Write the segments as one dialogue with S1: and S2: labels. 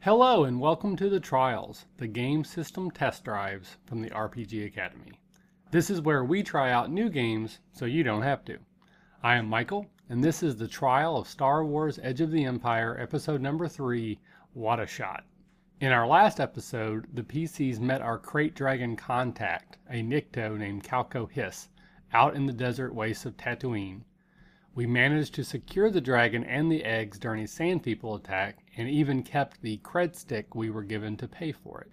S1: Hello and welcome to the Trials, the game system test drives from the RPG Academy. This is where we try out new games so you don't have to. I am Michael, and this is the trial of Star Wars Edge of the Empire, episode number three What a Shot. In our last episode, the PCs met our Crate Dragon contact, a Nikto named Calco Hiss, out in the desert wastes of Tatooine. We managed to secure the dragon and the eggs during a Sand People attack, and even kept the cred stick we were given to pay for it.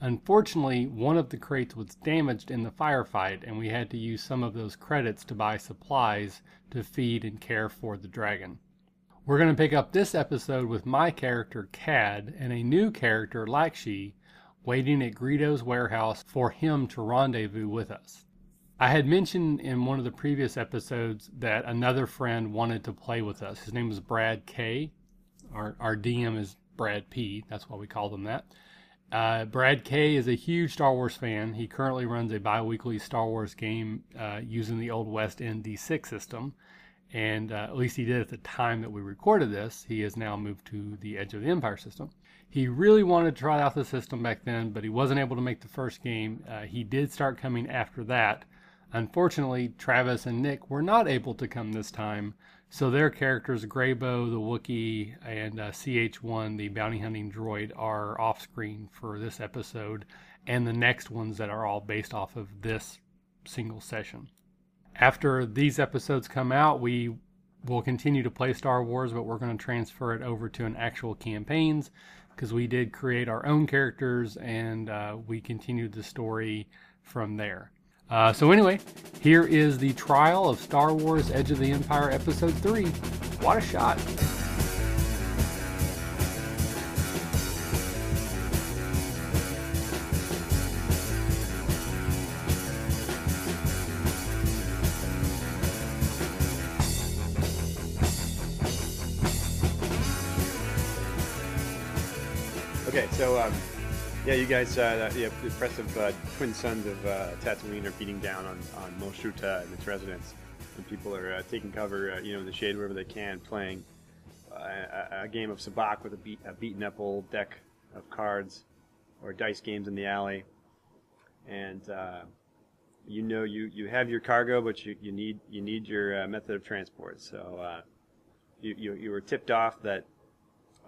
S1: Unfortunately, one of the crates was damaged in the firefight, and we had to use some of those credits to buy supplies to feed and care for the dragon. We're going to pick up this episode with my character Cad and a new character Lakshi waiting at Greedo's warehouse for him to rendezvous with us. I had mentioned in one of the previous episodes that another friend wanted to play with us. His name is Brad K. Our, our DM is Brad P. That's why we call them that. Uh, Brad K is a huge Star Wars fan. He currently runs a bi weekly Star Wars game uh, using the old West End D6 system. And uh, at least he did at the time that we recorded this. He has now moved to the Edge of the Empire system. He really wanted to try out the system back then, but he wasn't able to make the first game. Uh, he did start coming after that. Unfortunately, Travis and Nick were not able to come this time, so their characters, Graybo the Wookiee, and uh, CH1 the bounty hunting droid, are off screen for this episode and the next ones that are all based off of this single session. After these episodes come out, we will continue to play Star Wars, but we're going to transfer it over to an actual campaigns because we did create our own characters and uh, we continued the story from there. Uh, so anyway, here is the trial of Star Wars: Edge of the Empire, Episode Three. What a shot!
S2: Okay, so um, yeah, you guys, uh, the, the impressive uh, twin sons of uh, Tatooine are beating down on on Moshuta and its residents, and people are uh, taking cover, uh, you know, in the shade wherever they can, playing uh, a, a game of sabacc with a, beat, a beaten up old deck of cards, or dice games in the alley, and uh, you know you, you have your cargo, but you, you need you need your uh, method of transport. So uh, you, you you were tipped off that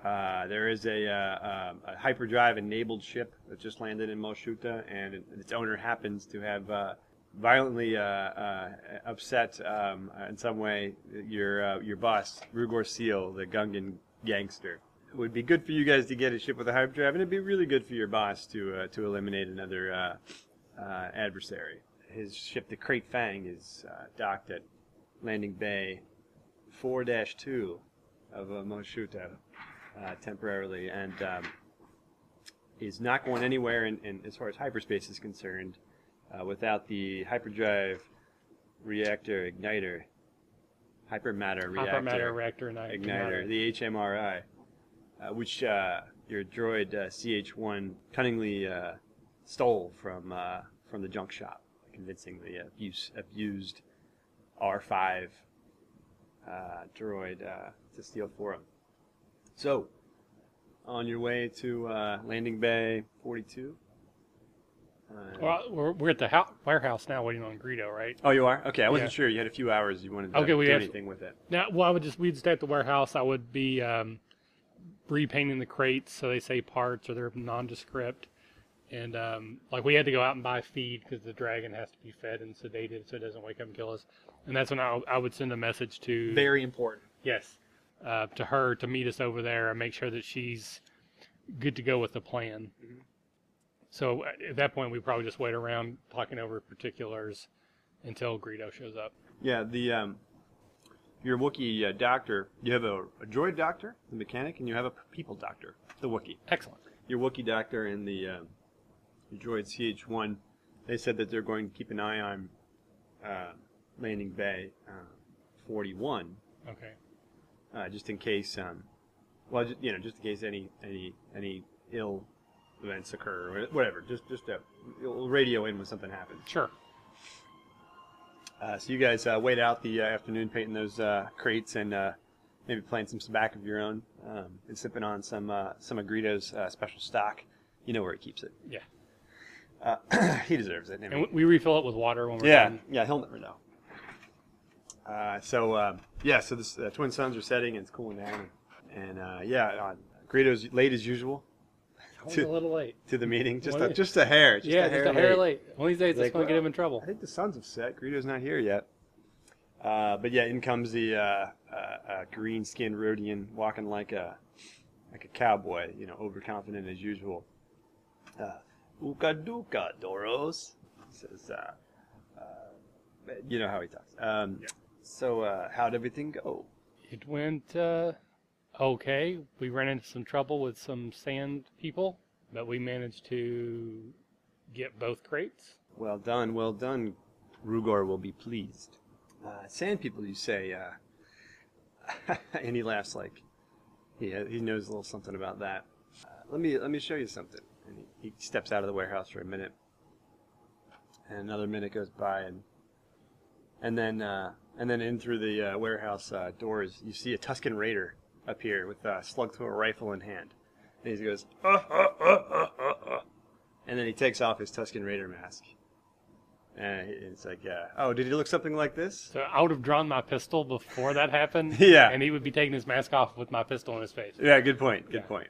S2: uh, there is a, uh, um, a hyperdrive enabled ship that just landed in Moshuta, and it- its owner happens to have uh, violently uh, uh, upset um, uh, in some way your uh, your boss, Rugor Seal, the Gungan gangster. It would be good for you guys to get a ship with a hyperdrive, and it'd be really good for your boss to uh, to eliminate another uh, uh, adversary. His ship, the Crate Fang, is uh, docked at Landing Bay 4 2 of uh, Moshuta uh, temporarily and um, is not going anywhere in, in, as far as hyperspace is concerned uh, without the hyperdrive reactor igniter, hypermatter reactor
S1: Hypermatter reactor and I-
S2: igniter, the HMRI, uh, which uh, your droid uh, CH1 cunningly uh, stole from uh, from the junk shop, convincing the abuse, abused R5 uh, droid uh, to steal for him. So, on your way to uh, Landing Bay 42. Uh,
S1: Well, we're, we're at the hou- warehouse now, waiting on Greedo, right?
S2: oh, you are? Okay, I wasn't
S1: Yeah.
S2: sure. You had a few hours. You wanted to
S1: Okay, we
S2: do
S1: have-
S2: anything with it.
S1: Now, well, I would just we'd stay at the warehouse. I would be um, repainting the crates so they say parts or they're nondescript, and um, like we had to go out and buy feed because the dragon has to be fed and sedated so it doesn't wake up and kill us. And that's when I, I would send a message to
S3: very important.
S1: Yes, uh, to her to meet us over there and make sure that she's good to go with the plan. So uh, at- at that point, we probably just wait around talking over particulars until Greedo shows up.
S2: Yeah, the um, your Wookiee uh, doctor. You have a, a droid doctor, the mechanic, and you have a p- people doctor, the Wookiee.
S1: Excellent.
S2: Your Wookiee doctor and the um, your droid CH1. They said that they're going to keep an eye on uh, Landing Bay uh, 41,
S1: Okay.
S2: uh, just in case. Um, well, just, you know, just in case any any any ill events occur or whatever. Just just uh we'll radio in when something happens.
S1: Sure.
S2: Uh, so you guys uh, wait out the uh, afternoon painting those uh, crates and uh, maybe playing some tobacco of your own um, and sipping on some uh, some Agrito's uh, special stock. You know where he keeps it.
S1: Yeah.
S2: Uh, he deserves it.
S1: And we we refill it with water when we're
S2: yeah,
S1: done.
S2: yeah, he'll never know. Uh, so um, yeah, so this uh, twin suns are setting and it's cooling down, and uh, yeah, uh, Grito's late as usual
S1: I was a little late.
S2: to the meeting, just
S1: What
S2: a,
S1: is-
S2: just a hair, just
S1: yeah,
S2: a hair
S1: just a hair late. One of these days, that's
S2: Like,
S1: going to get
S2: wow.
S1: him in trouble.
S2: I think the suns have set. Greedo's not here yet. Uh, but yeah, in comes the uh, uh, uh, green-skinned Rhodian, walking like a like a cowboy, you know, overconfident as usual. Uh, Uka duka, Doros. Says, uh, uh, you know how he talks. Um, So, uh, how'd everything go?
S1: It went uh, okay. We ran into some trouble with some sand people, but we managed to get both crates.
S2: Well done, well done. Rugor will be pleased. Uh, sand people, you say, uh, and he laughs like he he knows a little something about that. Uh, let me let me show you something. And he, he steps out of the warehouse for a minute, and another minute goes by, and and then uh, and then in through the uh, warehouse uh, doors, you see a Tuscan raider appear with a slug thrower rifle in hand, and he goes, "Uh, and then he takes off his Tuscan Raider mask. And he- it's like, uh, oh, did he look something like this?
S1: So I would have drawn my pistol before that happened.
S2: Yeah.
S1: And he would be taking his mask off with my pistol in his face.
S2: Yeah, good point. Good
S1: Yeah.
S2: point.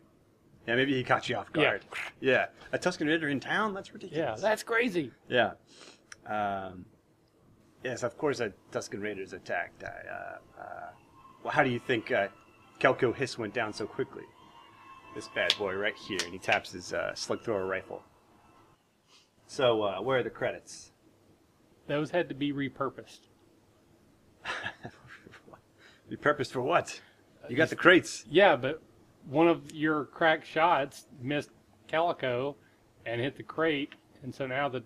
S2: Yeah, maybe he caught you off guard. Yeah. a Tuscan Raider in town? That's
S1: Yeah,
S2: ridiculous.
S1: that's crazy.
S2: Yeah. Um, yes, of course, a Tuscan Raider's attacked. I, uh, uh, well, how do you think uh, Kelko Hiss went down so quickly? This bad boy right here, and he taps his uh, slug thrower rifle. So, uh, where are the credits?
S1: Those had to be repurposed.
S2: You purpose for what? You got the crates.
S1: Yeah, but one of your crack shots missed Calico and hit the crate, and so now the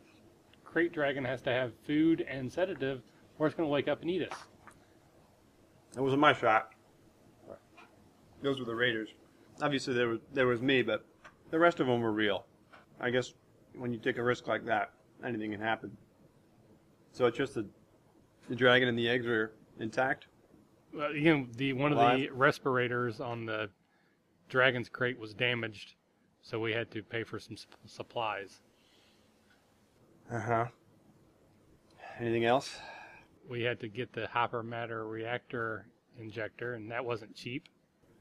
S1: crate dragon has to have food and sedative, or it's going to wake up and eat us.
S2: That wasn't my shot. Those were the Raiders. Obviously, there was there was me, but the rest of them were real. I guess when you take a risk like that, anything can happen. So it's just the the dragon and the eggs are intact.
S1: Well, you know, the one of the
S2: Alive.
S1: respirators on the dragon's crate was damaged, so we had to pay for some sup- supplies.
S2: Uh huh. Anything else?
S1: We had to get the hypermatter reactor injector, and that wasn't cheap.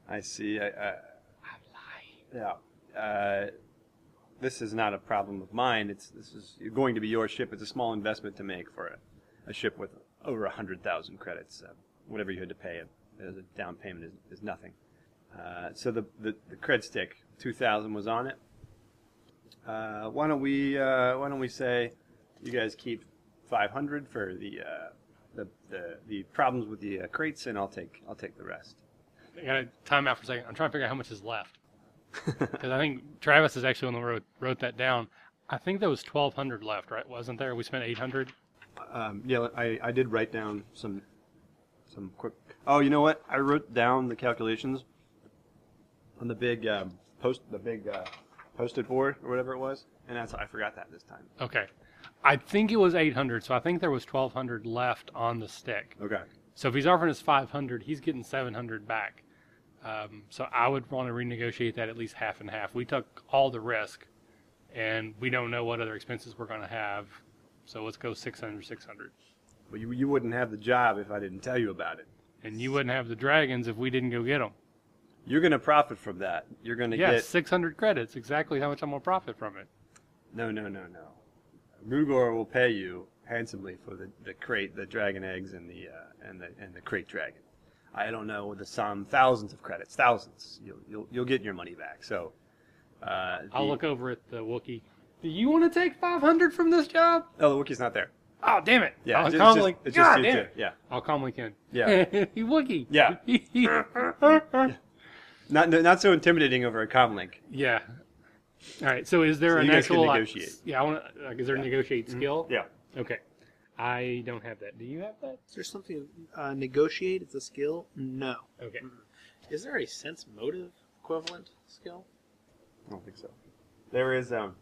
S2: I see. I, I, Yeah. Uh, this is not a problem of mine. It's this is going to be your ship. It's a small investment to make for a, a ship with over a hundred thousand credits. Uh, whatever you had to pay as a down payment is, is nothing. Uh, so the, the the cred stick two thousand was on it. Uh, why don't we uh, Why don't we say you guys keep five hundred for the, uh, the the the problems with the uh, crates, and I'll take I'll take the rest.
S1: I got to time out for a second. I'm trying to figure out how much is left. Because I think Travis is actually on the road wrote that down. I think there was 1,200 left, right? Wasn't there? We spent 800.
S2: Um, yeah, I, I did write down some some quick. Oh, you know what? I wrote down the calculations on the big um, post the big uh, post-it board or whatever it was, and that's I forgot that this time.
S1: Okay. I think it was 800, so I think there was 1,200 left on the stick.
S2: Okay.
S1: So if he's offering us 500, he's getting 700 back. Um, so I would want to renegotiate that at least half and half. We took all the risk, and we don't know what other expenses we're going to have. So let's go 600, 600.
S2: Well, you you wouldn't have the job if I didn't tell you about it.
S1: And you wouldn't have the dragons if we didn't go get them.
S2: You're gonna profit from that. You're gonna
S1: Yeah,
S2: get
S1: 600 credits. Exactly how much I'm going to profit from it.
S2: no no no no. Rugor will pay you handsomely for the, the crate, the dragon eggs, and the uh, and the and the crate dragon. I don't know the sum, thousands of credits, thousands. You'll you'll, you'll get your money back. So. Uh, the-
S1: I'll look over at the Wookiee. Do you want to take 500 from this job?
S2: Oh, the Wookiee's not there.
S1: Oh, damn it.
S2: Yeah,
S1: I'll
S2: it's just-
S1: calmly,
S2: it's just
S1: God
S2: you
S1: damn
S2: two,
S1: it.
S2: Yeah,
S1: I'll calmly can.
S2: Yeah.
S1: you Wookiee.
S2: Yeah.
S1: Yeah.
S2: not not so intimidating over a comlink.
S1: Yeah. All right. So is there
S2: So
S1: an
S2: you guys can
S1: actual like,
S2: negotiate. Mm-hmm.
S1: s- yeah, I want to. Like, is there a negotiate skill?
S2: Yeah,
S1: Okay. I don't have that. Do you have that?
S3: Is there something uh, negotiate is a skill? No.
S1: Okay.
S3: Is there a sense motive equivalent skill?
S2: I don't think so. There is um.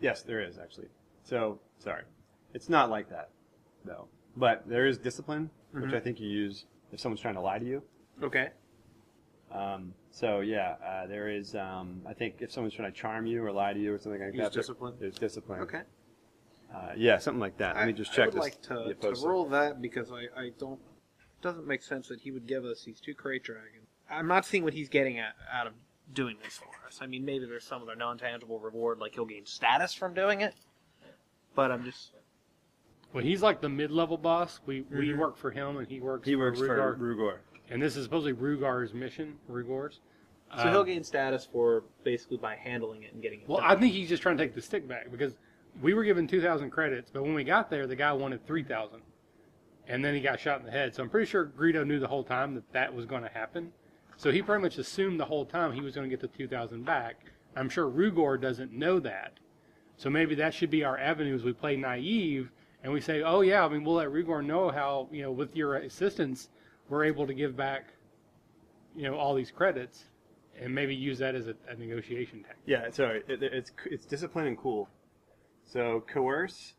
S2: Yes, there is actually. So
S3: Mm-hmm.
S2: sorry, it's not like that, though. But there is discipline, which I think you use if someone's trying to lie to you.
S3: Okay.
S2: Um, so yeah, uh, there is. Um, I think if someone's trying to charm you or lie to you or something like
S3: Use
S2: that, there-
S3: discipline?
S2: There's discipline.
S3: Okay.
S2: Uh, yeah, something like that. Let me just
S3: I-
S2: check
S3: I would
S2: this.
S3: like to,
S2: yeah,
S3: to
S2: post it.
S3: roll that because I, I don't. Doesn't make sense that he would give us these two crate dragons. I'm not seeing what he's getting at out of doing this for us. I mean, maybe there's some other non-tangible reward, like he'll gain status from doing it. But I'm just
S1: Well, he's like the mid-level boss. We we
S3: Mhm.
S1: work for him, and he works.
S2: Mm-hmm. He works
S1: for
S2: for
S1: Rugar.
S2: Rugor.
S1: and this is supposedly Rugar's mission. Um, Rugar's.
S3: so
S2: Um,
S3: he'll gain status for basically by handling it and getting it.
S1: Well, I
S3: done.
S1: think he's just trying to take the stick back because we were given 2,000 credits, but when we got there, the guy wanted 3,000. And then he got shot in the head. So I'm pretty sure Greedo knew the whole time that that was going to happen. So he pretty much assumed the whole time he was going to get the 2,000 back. I'm sure Rugor doesn't know that. So maybe that should be our avenue as we play naive and we say, oh, yeah, I mean, we'll let Rugor know how, you know, with your assistance, we're able to give back, you know, all these credits and maybe use that as a, a negotiation tactic.
S2: Yeah, it's all right. It, it's it's discipline and cool. So coerce,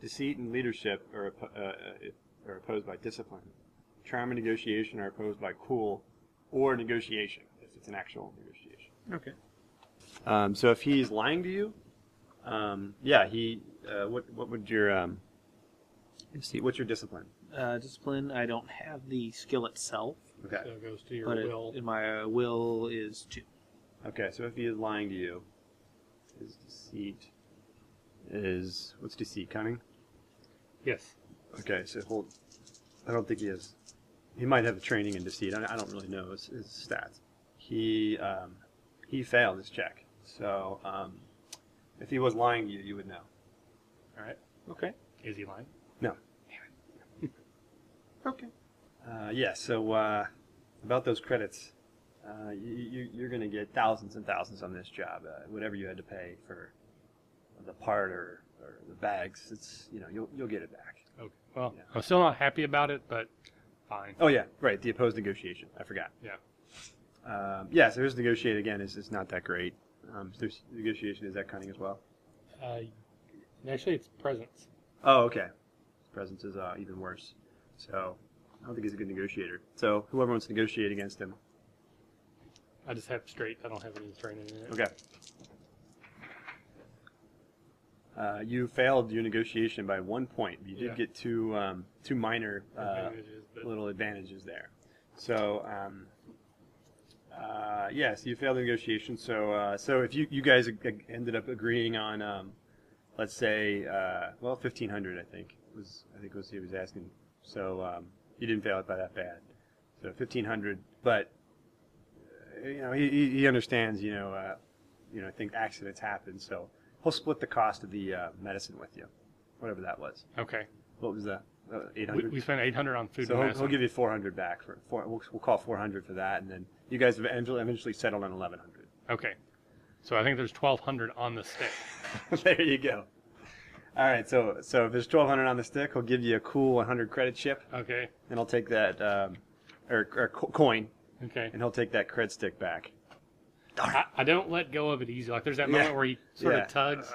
S2: deceit, and leadership are oppo- uh, uh, are opposed by discipline. Charm and negotiation are opposed by cool, or negotiation if it's an actual negotiation.
S3: Okay.
S2: Um, so if he's lying to you, um, yeah, he. Uh, what what would your um, let's see, what's your discipline?
S3: Uh, discipline. I don't have the skill itself,
S2: Okay.
S1: So it goes to your
S3: but it,
S1: will.
S3: in my uh, will is two.
S2: Okay, so if he is lying to you, his deceit is what's deceit? Cunning.
S1: yes.
S2: Okay, so hold. I don't think he has. He might have a training in deceit. I, I don't really know his, his stats. He um, he failed his check. So um, if he was lying to you, you would know.
S1: All right.
S3: Okay.
S1: Is he lying?
S2: No.
S3: Okay.
S2: Uh, yeah. So uh, about those credits, uh, you, you, you're going to get thousands and thousands on this job. Uh, whatever you had to pay for the part or, or the bags, it's you know you'll you'll get it back.
S1: Okay. Well,
S2: Yeah.
S1: I'm still not happy about it, but fine.
S2: Oh yeah, right. The opposed negotiation. I forgot.
S1: Yeah.
S2: Um, yeah, so his negotiate again is, is not that great. Um, so his negotiation is that cunning as well.
S1: Uh, actually, it's presence.
S2: Oh, okay. His presence is uh, even worse. So I don't think he's a good negotiator. So whoever wants to negotiate against him.
S1: I just have straight. I don't have any training in it.
S2: Okay. Uh, you failed your negotiation by one point. You did
S1: Yeah.
S2: get two um, two minor uh,
S1: Advantages, but-
S2: little advantages there. So, um, uh, yes, you failed the negotiation. So, uh, so if you, you guys ag- ended up agreeing on, um, let's say, uh, well, fifteen hundred, I think was I think was he was asking. So um, you didn't fail it by that bad. So fifteen hundred, but uh, you know he, he he understands. You know, uh, you know, I think accidents happen. So he'll split the cost of the uh, medicine with you, whatever that was.
S1: Okay.
S2: What was that? Uh, eight
S1: We,
S2: hundred.
S1: we spent 800 on food
S2: So
S1: and
S2: he'll,
S1: medicine.
S2: he'll give you 400 back for four. We'll, we'll call 400 for that, and then you guys have eventually, eventually settled on 1100.
S1: okay. So I think there's 1,200 on the stick.
S2: there you go. All right, so so if there's 1200 on the stick, he'll give you a cool 100 credit chip,
S1: Okay.
S2: and he'll take that um, or, or co- coin,
S1: Okay.
S2: and he'll take that cred stick back.
S1: I, I don't let go of it easy. Like there's that
S2: Yeah.
S1: moment where he sort
S2: Yeah.
S1: of tugs.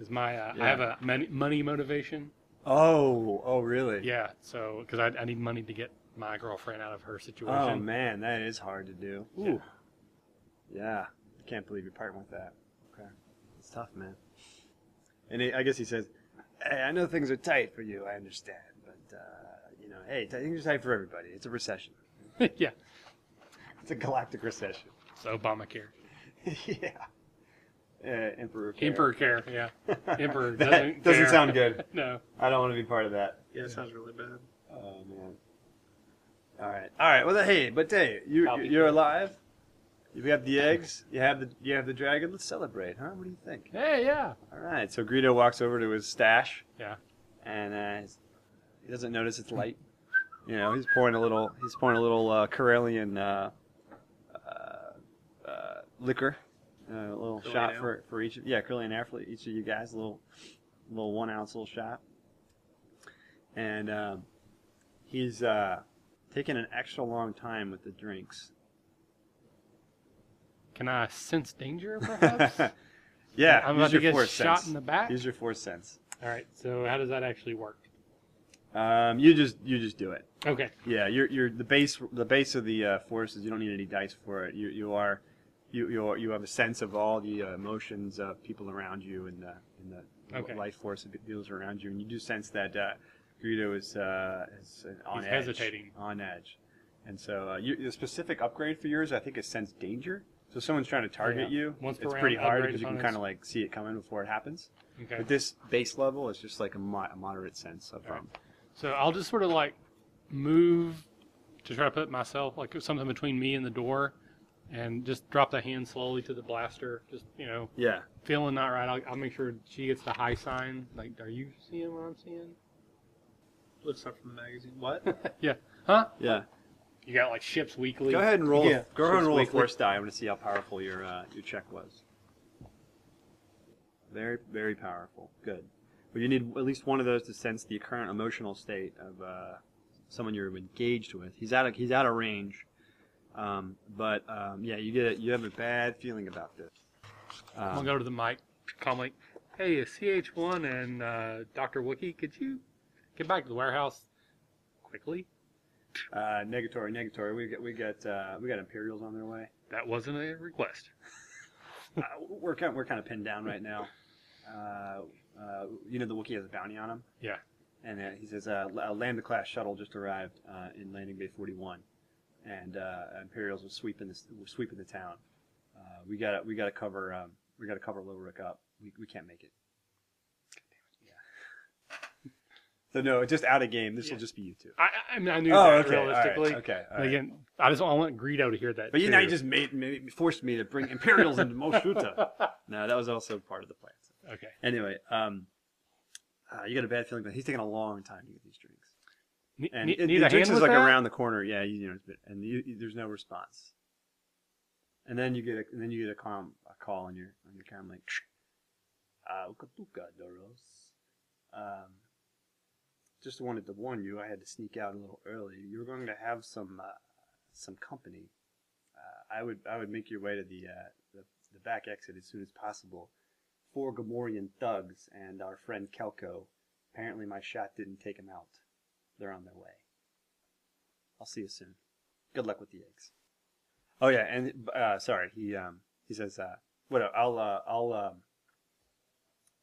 S1: Is my uh,
S2: Yeah.
S1: I have a money, money motivation.
S2: Oh, oh really?
S1: Yeah. So because I, I need money to get my girlfriend out of her situation.
S2: Oh man, that is hard to do.
S1: Yeah.
S2: Ooh. Yeah, I can't believe you're parting with that. Okay, it's tough, man. And he, I guess he says, "Hey, I know things are tight for you. I understand, but uh, you know, hey, t- things are tight for everybody. It's a recession.
S1: yeah.
S2: It's a galactic recession."
S1: It's Obamacare.
S2: yeah. Uh, Emperor. Care.
S1: Emperor care. Yeah. Emperor
S2: that
S1: doesn't care.
S2: sound good.
S1: No.
S2: I don't want to be part of that.
S3: Yeah, that sounds really bad.
S2: Oh man. All right. All right. Well, hey, but hey, you
S1: I'll be
S2: you're
S1: good.
S2: alive. You have the eggs. You have the you have the dragon. Let's celebrate, huh? What do you think?
S1: Hey, yeah.
S2: All right. So Greedo walks over to his stash.
S1: Yeah.
S2: And uh, he's- he doesn't notice it's light. You know, he's pouring a little. He's pouring a little uh, Karelian uh, uh, uh, liquor. Uh, a little
S3: Karelian
S2: shot
S3: ale?
S2: for for each. of- Yeah, Karelian air for each of you guys. A little little one ounce little shot. And um, he's uh, taking an extra long time with the drinks.
S1: Can I sense danger, perhaps?
S2: yeah,
S1: I'm
S2: use
S1: about to
S2: your
S1: get
S2: force
S1: shot
S2: sense.
S1: in the back.
S2: Use your force sense.
S1: All right. So how does that actually work?
S2: Um, you just you just do it.
S1: Okay.
S2: Yeah, you're you're the base the base of the uh, force is you don't need any dice for it. You you are you you are, you have a sense of all the uh, emotions of people around you and the and the
S1: Okay.
S2: life force of the deals around you, and you do sense that uh, Greedo is uh, is on
S1: He's
S2: edge,
S1: hesitating.
S2: on edge, and so uh, you, the specific upgrade for yours I think is sense danger. So if someone's trying to target
S1: Yeah.
S2: you.
S1: Once per
S2: it's
S1: round,
S2: pretty hard
S1: upgrade
S2: because you can
S1: opponents.
S2: kind of like see it coming before it happens.
S1: Okay.
S2: But this base level is just like a, mo- a moderate sense of
S1: Alright.
S2: um,
S1: So I'll just sort of like move to try to put myself like something between me and the door, and just drop the hand slowly to the blaster. Just you know,
S2: yeah.
S1: feeling not right. I'll, I'll make sure she gets the high sign. Like, are you seeing what I'm seeing?
S3: Looks up from the magazine. What?
S1: yeah. Huh?
S2: Yeah.
S1: You got like ships weekly.
S2: Go ahead and roll.
S3: Yeah.
S2: A, go ahead and roll a
S3: Swiftly.
S2: force die. I want to see how powerful your uh, your check was. Very very powerful. Good. But you need at least one of those to sense the current emotional state of uh, someone you're engaged with. He's out of he's out of range. Um, but um, yeah, you get you have a bad feeling about this.
S1: I'm gonna
S2: Um,
S1: go to the mic. Calmly. Hey, is CH1 and uh, Dr. Wookie, could you get back to the warehouse quickly?
S2: uh, negatory, negatory. We got we got uh, we got Imperials on their way.
S1: That wasn't a request.
S2: uh, we're kind we're kind of pinned down right now. Uh, uh, you know the Wookiee has a bounty on him.
S1: Yeah.
S2: And uh, he says uh, a Lambda class shuttle just arrived uh, in landing bay 41, and uh, Imperials was sweeping the were sweeping the town. Uh, we got to we got to cover um, we got to cover Lowrick up. We, we can't make it. Yeah. So no, just out of game. This will
S1: Yeah.
S2: just be you two.
S1: I, I mean, I knew
S2: Oh,
S1: that
S2: okay, all right,
S1: realistically.
S2: okay, all
S1: But
S2: right.
S1: Again, I just I want Greedo to hear that.
S2: But you
S1: too.
S2: now you just made, made forced me to bring Imperials into Moshuta. no, that was also part of the plan.
S1: okay.
S2: Anyway, um, uh, you got a bad feeling, but he's taking a long time to get these drinks.
S1: Ne-
S2: And
S1: ne-
S2: it,
S1: need a
S2: the
S1: hand
S2: drinks is
S1: with
S2: like
S1: that?
S2: around the corner. Yeah, you, you know, it's been- and you, you- there's no response. And then you get a, and then you get a calm a call on your on your cam like, uh, Ukatuka Doros. Um, just wanted to warn you. I had to sneak out a little early. You were going to have some uh, some company. Uh, I would I would make your way to the, uh, the the back exit as soon as possible. Four Gamorrean thugs and our friend Kelko. Apparently, my shot didn't take him out. They're on their way. I'll see you soon. Good luck with the eggs. Oh yeah, and uh, sorry, he um, he says, uh, "What? I'll uh, I'll um,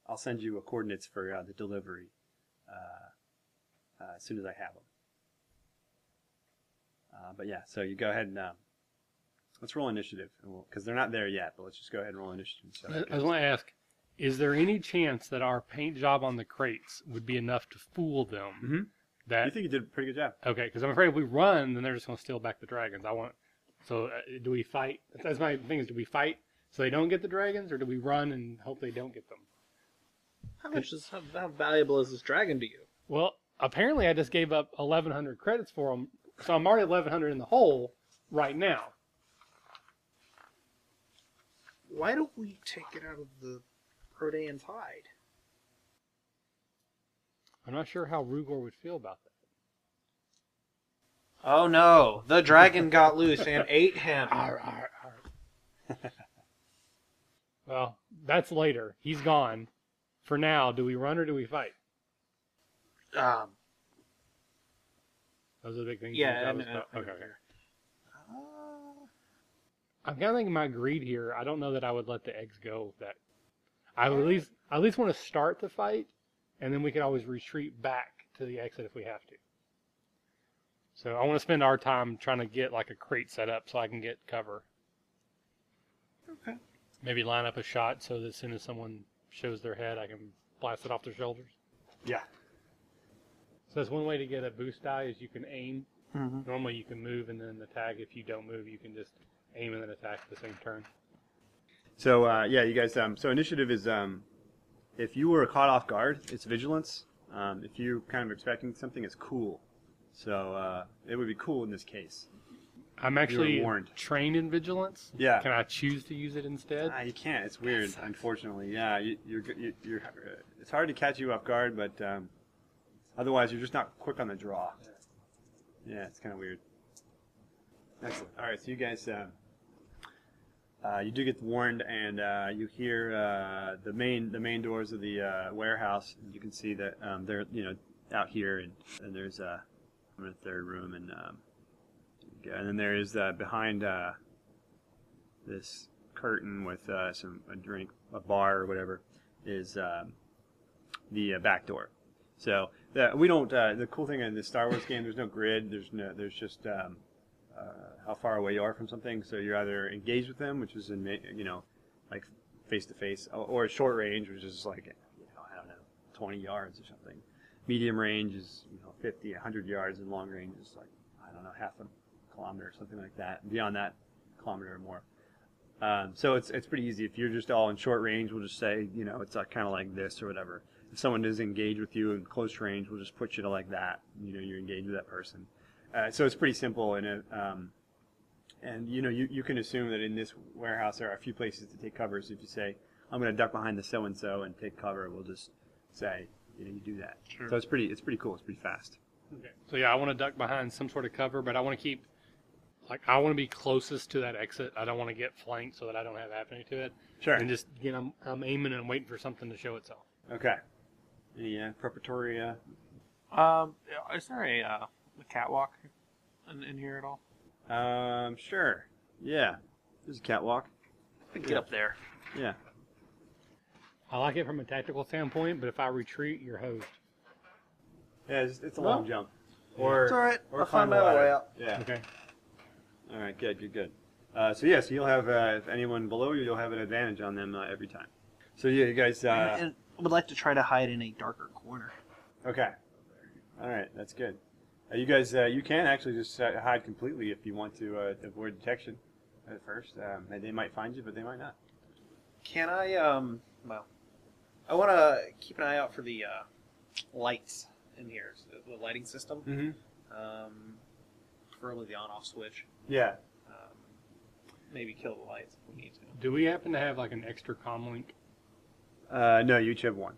S2: I'll send you uh, coordinates for uh, the delivery uh, uh, as soon as I have them." Uh, but yeah, so you go ahead and um, let's roll initiative, and we'll, because they're not there yet. But let's just go ahead and roll initiative. So
S1: I I just want to ask: Is there any chance that our paint job on the crates would be enough to fool them?
S2: Mhm.
S1: That
S2: you think you did a pretty good job.
S1: okay? Because I'm afraid if we run, then they're just going to steal back the dragons. I want. So uh, do we fight? That's my thing: is do we fight so they don't get the dragons, or do we run and hope they don't get them?
S3: How much is how, how valuable is this dragon to you?
S1: Well, apparently I just gave up 1,100 credits for them, so I'm already 1,100 in the hole right now.
S3: Why don't we take it out of the Protean tide?
S1: I'm not sure how Rugor would feel about that.
S3: Oh no! The dragon got loose and ate him.
S1: Well, that's later. He's gone. For now, do we run or do we fight?
S3: Um,
S1: Those are the big things.
S3: yeah.
S1: That
S3: I
S1: was
S3: know- I know-
S1: about- okay. okay.
S3: Uh,
S1: I'm kind of thinking my greed here. I don't know that I would let the eggs go. That I would at least I at least want to start the fight, and then we can always retreat back to the exit if we have to. So I want to spend our time trying to get like a crate set up so I can get cover.
S3: Okay.
S1: Maybe line up a shot so that as soon as someone shows their head, I can blast it off their shoulders.
S2: Yeah.
S1: So that's one way to get a boost die is you can aim.
S3: Mhm.
S1: Normally you can move and then attack. If you don't move, you can just aim and then attack at the same turn.
S2: So uh, yeah, you guys. Um, so initiative is um, if you were caught off guard, it's vigilance. Um, if you kind of expecting something, it's cool. So uh, it would be cool in this case.
S1: I'm actually
S2: warned.
S1: trained in vigilance.
S2: Yeah.
S1: Can I choose to use it instead?
S2: Ah, you can't. It's weird. Unfortunately, yeah. You, you're, you, you're. It's hard to catch you off guard, but um, otherwise you're just not quick on the draw. Yeah, it's kind of weird. Excellent. All right, so you guys, uh, uh, you do get warned, and uh, you hear uh, the main the main doors of the uh, warehouse. You can see that um, they're you know out here, and, and there's uh, I'm in a third room, and um, yeah, and then there is uh, behind uh, this curtain with uh, some a drink, a bar or whatever, is um, the uh, back door. So the, we don't. Uh, the cool thing in the Star Wars game, there's no grid. There's no. There's just um, uh, how far away you are from something. So you're either engaged with them, which is in ma- you know, like face to face, or- or short range, which is like you know, I don't know, 20 yards or something. Medium range is you know 50, 100 yards, and long range is like I don't know, half a kilometer or something like that. Beyond that, kilometer or more. Um, so it's it's pretty easy. If you're just all in short range, we'll just say you know it's like, kind of like this or whatever. If someone does engage with you in close range, we'll just put you to like that. You know, you're engaged with that person. Uh, so it's pretty simple, and it, um, and you know you, you can assume that in this warehouse there are a few places to take cover. So if you say I'm going to duck behind the so and so and take cover, we'll just say you know you do that.
S1: Sure.
S2: So it's pretty it's pretty cool. It's pretty fast.
S1: Okay. So yeah, I want to duck behind some sort of cover, but I want to keep like I want to be closest to that exit. I don't want to get flanked so that I don't have avenue to it.
S2: Sure.
S1: And just you know, I'm, I'm aiming and waiting for something to show itself.
S2: Okay. Any uh, preparatory? Uh,
S3: Um, is there a, uh, a catwalk in, in here at all?
S2: Um, sure. Yeah. There's a catwalk.
S3: Get up there.
S2: Yeah.
S1: I like it from a tactical standpoint, but if I retreat, you're hosed.
S2: Yeah, it's, it's a
S3: Well,
S2: long jump. Or
S3: It's all right.
S2: or
S3: I'll find
S2: climb a
S3: my way
S2: ladder.
S3: out.
S2: Yeah.
S1: Okay.
S2: All right. Good. Good. Good. Uh, so yes, you'll have uh, if anyone below you, you'll have an advantage on them uh, every time. So yeah, you guys. Uh,
S3: and I would like to try to hide in a darker corner.
S2: Okay. All right, that's good. Uh, you guys, uh, you can actually just uh, hide completely if you want to uh, avoid detection at first. Um, and they might find you, but they might not.
S3: Can I, um, well, I want to keep an eye out for the uh, lights in here, so the lighting system,
S2: Mm-hmm.
S3: um, preferably the on-off switch.
S2: Yeah.
S3: Um, maybe kill the lights if we need to.
S1: Do we happen to have like an extra comm link?
S2: Uh, no, you each have one.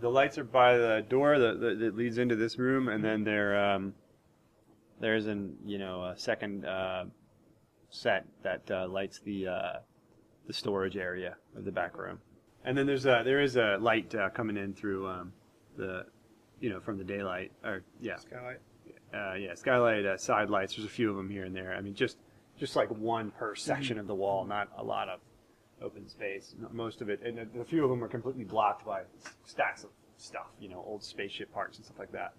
S2: The lights are by the door that, that, that leads into this room, and then there um, there's an you know a second uh, set that uh, lights the uh, the storage area of the back room. And then there's a there is a light uh, coming in through um, the you know from the daylight or yeah
S3: Skylight.
S2: uh, yeah, skylight uh, side lights. There's a few of them here and there. I mean, just just like one per section of the wall, not a lot of open space. Not Most of it, and a, a few of them are completely blocked by stacks of stuff. You know, old spaceship parts and stuff like that.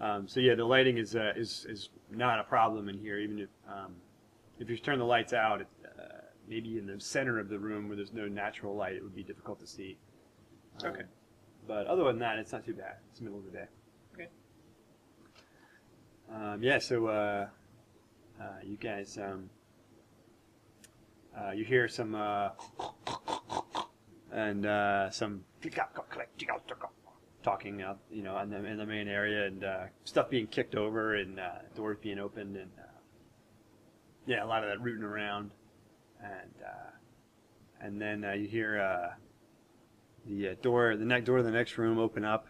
S2: Um, so yeah, the lighting is uh, is is not a problem in here. Even if um, if you turn the lights out, it, uh, maybe in the center of the room where there's no natural light, it would be difficult to see. Um,
S3: Okay.
S2: But other than that, it's not too bad. It's the middle of the day. Um, yeah, so uh, uh, you guys, um, uh, you hear some uh, and uh, some talking out, you know, in the, in the main area and uh, stuff being kicked over and uh, doors being opened and uh, yeah, a lot of that rooting around and uh, and then uh, you hear uh, the uh, door, the next door of the next room open up.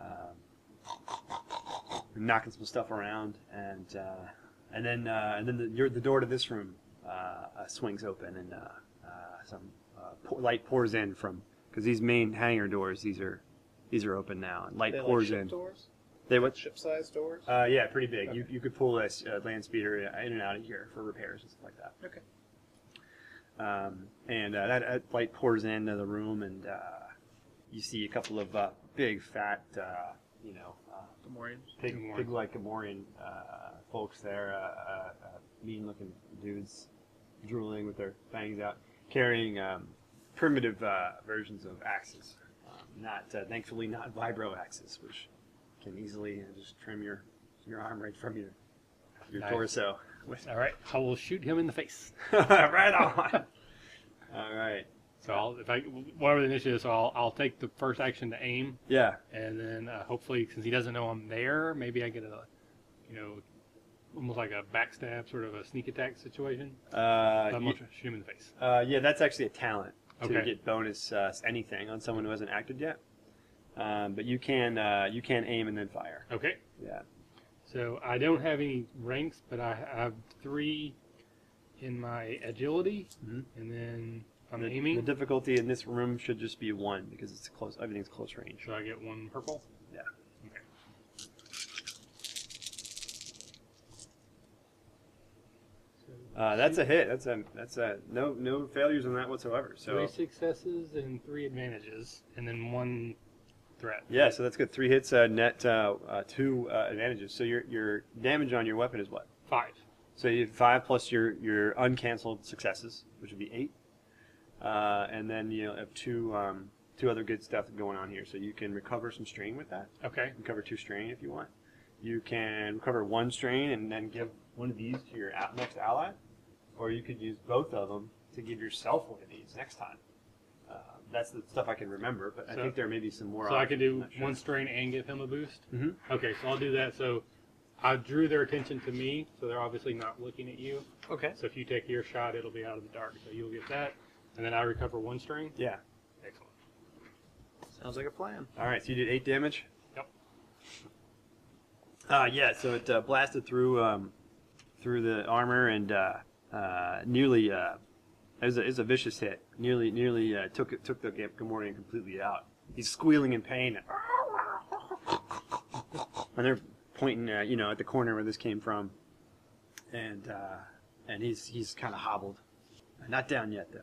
S2: Um, knocking some stuff around, and uh, and then uh, and then the, your, the door to this room uh, uh, swings open, and uh, uh, some uh, pour, light pours in from because these main hangar doors these are these are open now, and light
S3: They like
S2: pours
S3: ship
S2: in.
S3: doors?
S2: They what?
S3: Ship-size doors?
S2: Uh, yeah, pretty big. You,
S3: Okay.
S2: you could pull a s- uh, land speeder in and out of here for repairs and stuff like that.
S3: Okay.
S2: Um, and uh, that uh, light pours into the room, and uh, you see a couple of uh, big, fat, uh, you know, uh,
S3: Gamorreans.
S2: pig,
S1: Gamorrean.
S2: pig like Gamorrean uh, folks there, uh, uh, uh, mean looking dudes drooling with their fangs out, carrying um, primitive uh, versions of axes. Um, not uh, thankfully not vibro axes, which can easily uh, just trim your your arm right from your your
S1: Nice.
S2: torso.
S1: All right, I will shoot him in the face.
S2: right on. All right.
S1: So I'll, if I whatever the initiative, is, so I'll I'll take the first action to aim,
S2: Yeah.
S1: and then uh, hopefully since he doesn't know I'm there, maybe I get a, you know, almost like a backstab sort of a sneak attack situation.
S2: Uh,
S1: I'm
S2: you-
S1: gonna try to shoot him in the face.
S2: Uh, yeah, that's actually a talent to
S1: Okay.
S2: get bonus uh, anything on someone who hasn't acted yet. Um, but you can uh, you can aim and then fire.
S1: Okay.
S2: Yeah.
S1: So I don't have any ranks, but I have three in my agility,
S2: Mhm.
S1: and then if I'm
S2: the,
S1: aiming.
S2: The difficulty in this room should just be one because it's close. Everything's close range.
S1: should I get one purple?
S2: Yeah.
S1: Okay.
S2: Uh, that's a hit. That's a that's a no no failures on that whatsoever. So
S4: Three successes and three advantages, and then one threat.
S2: yeah, so that's good. Three hits, uh, net uh, uh, two uh, advantages. So your your damage on your weapon is what?
S4: Five.
S2: So you have five plus your your uncanceled successes, which would be eight, uh, and then you know, have two um, two other good stuff going on here. So you can recover some strain with that.
S4: Okay.
S2: Recover two strain if you want. You can recover one strain and then give one of these to your a- next ally, or you could use both of them to give yourself one of these next time. Uh, that's the stuff I can remember, but I
S4: So-
S2: think there may be some more.
S4: So I
S2: options,
S4: can
S2: I'm
S4: do
S2: not sure.
S4: one strain and give him a boost.
S2: Mhm.
S4: Okay, so I'll do that. So I drew their attention to me, so they're obviously not looking at you.
S3: Okay.
S4: So if you take your shot, it'll be out of the dark. So you'll get that, and then I recover one strain.
S2: Yeah.
S4: Excellent.
S3: Sounds like a plan.
S2: All right. So you did eight damage.
S4: Yep.
S2: Uh, yeah, so it uh, blasted through um, through the armor and uh, uh, nearly uh, it, was a, it was a vicious hit. Nearly nearly uh, took it took the Gam- Gamorrean completely out. He's squealing in pain, and they're pointing uh, you know at the corner where this came from, and uh, and he's he's kind of hobbled, not down yet though.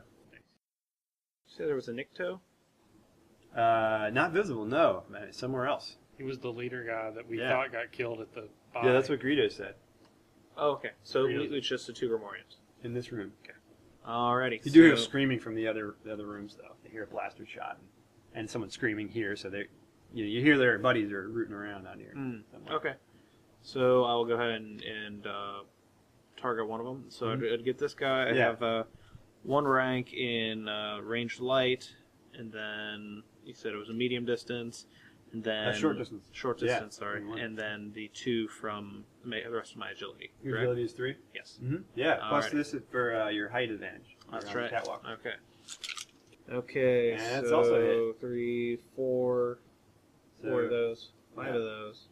S3: So there was a Nikto.
S2: Uh, not visible, no. Uh, Somewhere else.
S4: He was the leader guy that we
S2: Yeah.
S4: thought got killed at the. Buy.
S2: Yeah, that's what Greedo said
S3: Oh, okay. So
S4: Really?
S3: it was just the two Grimorians.
S2: in this room.
S3: Alrighty.
S2: You do hear
S3: so-
S2: screaming from the other the other rooms though. They hear a blaster shot and, and someone screaming here, so they you know, you hear their buddies are rooting around out here.
S3: Mm,
S2: somewhere.
S3: Okay. So I will go ahead and, and uh, target one of them. So I'd, I'd get this guy. I
S2: Mm-hmm. Yeah.
S3: have uh, one rank in uh, ranged light, and then you said it was a medium distance, and then
S2: Uh, short distance.
S3: Short
S2: Yeah,
S3: distance, sorry,
S2: one.
S3: and then the two from ma- the rest of my agility.
S2: Your
S3: correct?
S2: ability is three.
S3: Yes.
S2: Mm-hmm. Yeah. Plus
S3: Alrighty.
S2: this is for uh, your height advantage.
S3: That's
S2: around the
S3: right.
S2: Catwalk.
S3: Okay. Okay.
S2: And that's
S3: so
S2: also a
S3: three, four, four
S2: So-
S3: of those, five
S2: yeah.
S3: of those,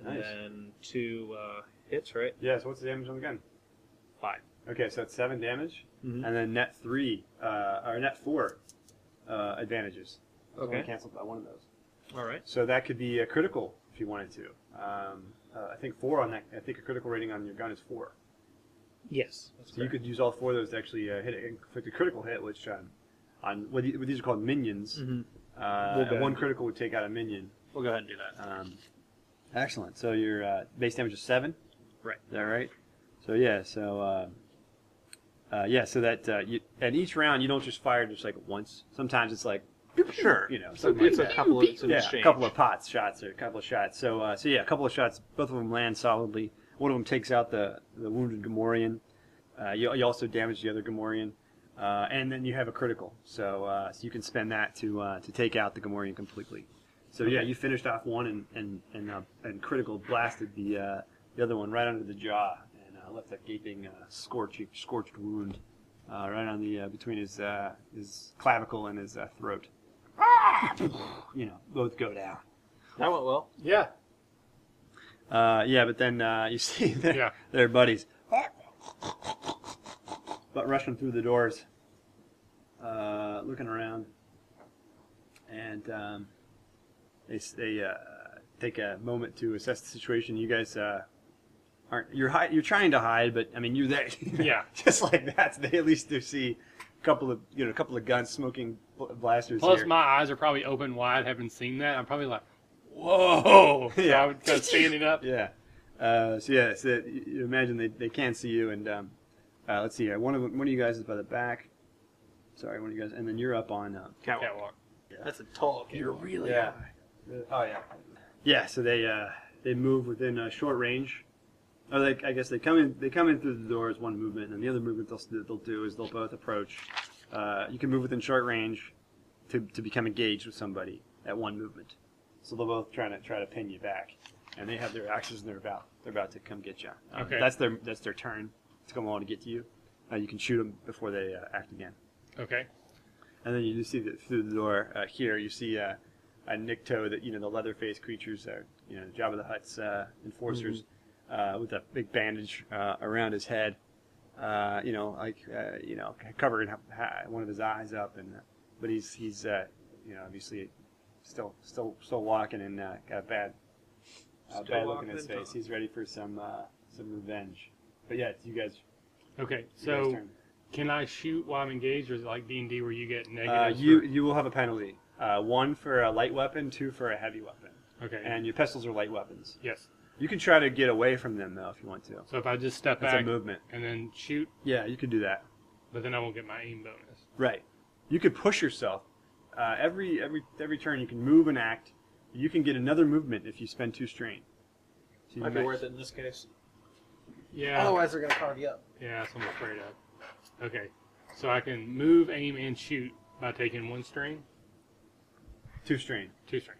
S3: and
S2: Nice.
S3: then two uh, hits, right?
S2: Yeah. So what's the damage on the gun?
S3: Five.
S2: Okay, so it's seven damage,
S3: Mhm.
S2: and then net three uh, or net four uh, advantages. It's only
S3: Okay.
S2: Canceled by one of those.
S3: All right.
S2: So that could be a critical if you wanted to. Um, uh, I think four on that. I think a critical rating on your gun is four.
S3: Yes.
S2: So you could use all four of those to actually uh, hit it, inflict a critical hit, which um, on what the- what these are called minions.
S3: Mhm.
S2: Uh,
S3: We'll go
S2: one
S3: ahead.
S2: critical would take out a minion.
S3: We'll go ahead and do that.
S2: Um, excellent. So your uh, base damage is seven.
S3: Right.
S2: Is that right? So yeah. So uh, uh, yeah. So that uh, you, at each round you don't just fire just like once. Sometimes it's like
S3: Sure.
S2: you know
S3: So
S2: something like
S3: it's a
S2: that.
S3: couple of it's an
S2: yeah,
S3: exchange.
S2: a couple of pots shots or a couple of shots. So uh, so yeah, a couple of shots. Both of them land solidly. One of them takes out the the wounded Gamorrean. Uh, you, you also damage the other Gamorrean, uh, and then you have a critical. So uh, so you can spend that to uh, to take out the Gamorrean completely. So yeah, you finished off one and and and, uh, and critical blasted the uh, the other one right under the jaw and uh, left that gaping uh, scorching scorched wound uh, right on the uh, between his uh, his clavicle and his uh, throat. You know, both go down.
S3: That went well.
S4: Yeah.
S2: Uh, yeah, but then uh, you see their,
S4: Yeah.
S2: their buddies, but rushing through the doors, uh, looking around, and um, they s- they uh, take a moment to assess the situation. You guys uh, aren't you're hi- you're trying to hide, but I mean you're there.
S4: Yeah.
S2: just like that. They at least do see a couple of you know a couple of guns smoking bl- blasters.
S4: Plus,
S2: here.
S4: my eyes are probably open wide, haven't seen that. I'm probably like, whoa. So
S2: Yeah.
S4: I'm kind of standing up.
S2: Yeah. Uh, so yeah, so you you imagine they, they can't see you, and um, uh, let's see here. One of one of you guys is by the back. Sorry, one of you guys, and then you're up on. Uh,
S3: Catwalk.
S4: Catwalk.
S3: That's a tall
S2: you're
S3: catwalk.
S2: really. Yeah. Oh yeah. Yeah. So they uh, they move within uh, short range. Or they, I guess they come in. They come in through the doors one movement, and the other movement they'll s- they'll do is they'll both approach. Uh, you can move within short range to, to become engaged with somebody at one movement. So they'll both try to try to pin you back, and they have their axes and they're about they're about to come get you. Um,
S4: Okay.
S2: That's their that's their turn to come along to get to you. Uh, you can shoot them before they uh, act again.
S4: Okay.
S2: And then you do see that through the door uh, here, you see uh, a Nikto that you know the leather-faced creatures are, you know, Jabba the Hutt's uh, enforcers,
S3: Mm-hmm.
S2: uh, with a big bandage uh, around his head, uh, you know, like uh, you know, covering up, ha- one of his eyes up, and uh, but he's he's uh, you know obviously still still still walking and uh, got a bad uh,
S3: Still
S2: bad look in his
S3: walking,
S2: face.
S3: huh?
S2: He's ready for some uh, some revenge. But yeah, you guys
S4: Okay,
S2: Your guys'
S4: so
S2: turn.
S4: can I shoot while I'm engaged, or is it like D and D where you get
S2: Uh,
S4: negatives?
S2: you you will have a penalty. Uh, one for a light weapon, two for a heavy weapon,
S4: for- okay.
S2: and your pistols are light weapons.
S4: yes.
S2: You can try to get away from them though if you want to.
S4: So if I just step
S2: That's a
S4: back
S2: movement.
S4: and then shoot,
S2: Yeah, you can do that.
S4: but then I won't get my aim bonus.
S2: Right. You could push yourself. Uh, every every every turn you can move and act. You can get another movement if you spend two strain. So you
S3: Might be
S2: might-
S3: worth it in this case.
S4: Yeah.
S2: Oh,
S3: Otherwise, they're gonna carve you up.
S4: Yeah, that's what I'm afraid of. Okay, so I can move, aim, and shoot by taking one string,
S2: two strain.
S4: two string.